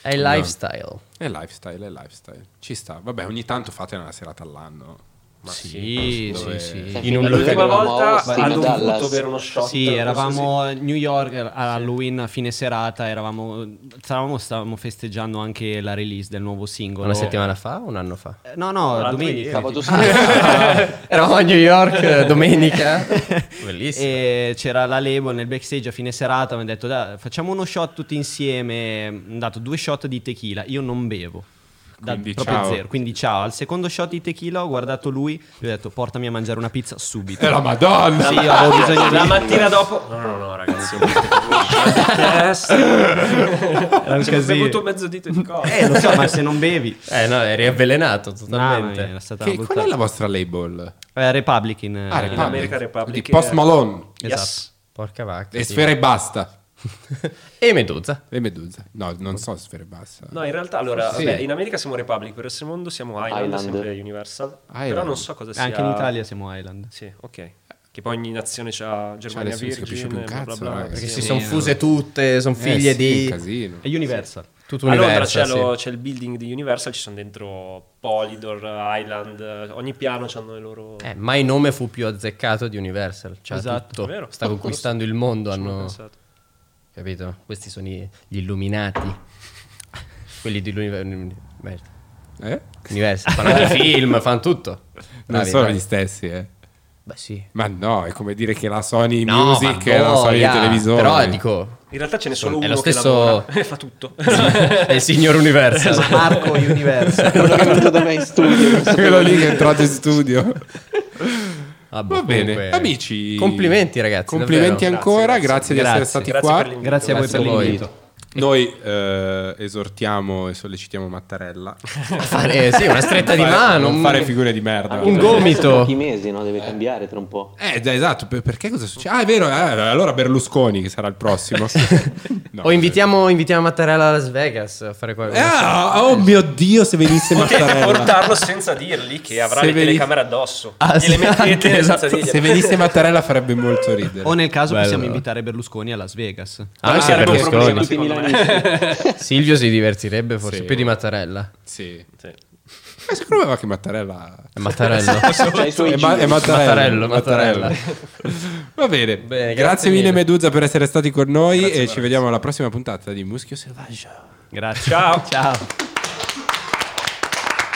B: È il lifestyle.
A: È lifestyle, è lifestyle. Ci sta. Vabbè, ogni tanto fate una serata all'anno.
G: Ma sì.
B: Sì,
A: dove-
B: sì, sì.
F: Cioè,
B: In un
F: fino
B: locale.
G: L'ultima
F: Eravamo a
G: volta
F: Austin,
G: ha dovuto
F: Dallas.
G: bere uno shot.
D: Sì,
G: forse
D: eravamo a New York a Halloween a fine serata, eravamo, stavamo, stavamo festeggiando anche la release del nuovo singolo.
B: Una settimana fa o un
A: (laughs)
B: anno fa?
D: Eh, No, no,
G: L'altro ieri.
D: domenica. Ah,
F: Sabato sera.
B: Eravamo a New York eh, domenica. (laughs) Bellissimo.
D: E c'era la label nel backstage a fine serata, mi ha detto "Dai, facciamo uno shot tutti insieme, mi hanno dato due shot di tequila, io non bevo. Da
A: Quindi
D: proprio
A: ciao.
D: zero. Quindi ciao, al secondo shot di tequila ho guardato lui, gli ho detto portami a mangiare una pizza
A: (laughs)
D: subito.
A: È la Madonna!
D: Sì, avevo bisogno
G: La
D: di... (laughs)
G: mattina dopo, no, no, no, ragazzi, ho
D: (laughs)
G: Era
D: un casino.
G: Cioè, bevuto mezzo dito
D: (laughs)
G: di cosa.
D: Eh, lo so, ma se
A: (laughs)
D: non bevi...
B: Eh no, eri avvelenato
D: No, ma
B: totalmente.
D: era stata
A: Che-
D: una
A: qual è
D: brutta-
A: la vostra label?
D: Eh, Republic in-
A: Ah,
D: in-
A: Republic.
G: America Republic
A: Di Post
G: è-
A: Malone.
G: Yes.
D: esatto.
B: Porca vacca.
A: E
B: sì.
A: Sfera e Basta.
B: (laughs) e Medusa.
A: E Medusa. No, non so Sfera e Basta.
G: No, in realtà, allora,
A: Sì.
G: vabbè, in America siamo Republic, per il secondo siamo Island,
F: Island.
G: sempre Universal. Però
A: Island.
G: non so cosa sia.
D: Anche in Italia siamo Island.
G: Sì, ok. Che poi ogni nazione c'ha Germania
A: adesso non si
G: Virgin,
A: capisce più un
G: bla bla
A: cazzo, eh,
G: bla,
A: raga.
G: perché
B: Perché
G: sì.
B: si sono fuse tutte, sono
A: Eh,
B: figlie
A: sì,
B: di
A: un casino.
D: È Universal.
B: tutto
G: A Londra
B: universo.
G: c'è, lo- c'è il building di Universal, ci sono dentro Polydor, Island, eh, ogni piano hanno i loro...
B: Eh, mai nome fu più azzeccato di Universal. Cioè,
D: Esatto.
B: tutto.
G: Vero.
B: Sta conquistando il mondo.
G: Ci ho
B: Hanno,
G: pensato.
B: capito? Questi sono i- gli illuminati. Quelli di Universal.
A: Eh?
B: fanno
G: (laughs)
B: anche film, fanno tutto.
A: Non
B: Bravi,
A: sono
B: bravi.
A: gli stessi, eh.
B: Beh, sì.
A: Ma no, è come dire che la Sony
B: No,
A: Music
B: ma
A: è la Sony
B: boia.
A: televisore.
B: Però dico,
G: In realtà ce n'è solo
B: È
G: uno
B: lo stesso-
G: che lavora (laughs) e fa tutto.
B: è il signor universo.
A: Esatto.
D: Marco
A: (laughs)
D: Universal.
F: Quello che è venuto da me in studio.
A: (laughs) quello lì che è entrato in studio.
B: Ah, boh,
A: Va bene,
B: comunque-
A: amici.
B: Complimenti, ragazzi,
A: Complimenti
B: davvero.
A: ancora, grazie,
G: Grazie,
A: di essere
B: grazie.
A: stati
G: Grazie
A: qua.
G: per l'invito.
D: Grazie a voi
B: Grazie
D: per
B: a voi.
D: l'invito.
A: Noi eh, esortiamo e sollecitiamo Mattarella
B: A fare, Eh sì, una stretta di
A: (laughs) Fare-
B: mano. mm.
A: non
B: un-
A: fare figure di merda.
B: Un gomito.
F: Pochi mesi, no? Deve cambiare tra un po'.
A: Eh, già, esatto, per- perché cosa succede? Ah, è vero, eh, allora Berlusconi che sarà il
B: (laughs)
A: prossimo. No,
B: o invitiamo, invitiamo Mattarella a Las Vegas a fare
A: eh,
B: qualcosa.
A: ah, oh mio Dio, se venisse
G: Potete
A: Mattarella.
G: portarlo senza dirgli che avrà
A: Se
G: le
A: vedi-
G: telecamere addosso.
B: Ah,
G: Gliele
B: sì,
G: mettete
B: anche,
G: senza
B: esatto.
G: dirgli.
A: Se venisse Mattarella farebbe molto ridere.
D: O nel caso
B: Bello.
D: possiamo invitare Berlusconi a Las Vegas.
B: Ah,
G: Non
B: sì,
G: sarebbe un
B: Berlusconi.
F: Tutti
G: problema,
F: i
G: secondo me.
F: milanisti.
B: Silvio si divertirebbe forse
A: Sì.
B: più di Mattarella.
A: Sì. Eh,
G: Sì.
A: Ma si provava che Mattarella
B: È Mattarello.
F: C'ha Cioè, i suoi
A: È, ma-
F: giri.
A: è Mattarello,
B: Mattarello, Mattarello.
A: Mattarello. (laughs) Va bene.
B: Bene,
A: grazie,
B: grazie
A: mille
B: mille.
A: Medusa per essere stati con noi e ci vediamo alla prossima puntata di Muschio Selvaggio.
D: Grazie.
G: Ciao.
D: Ciao.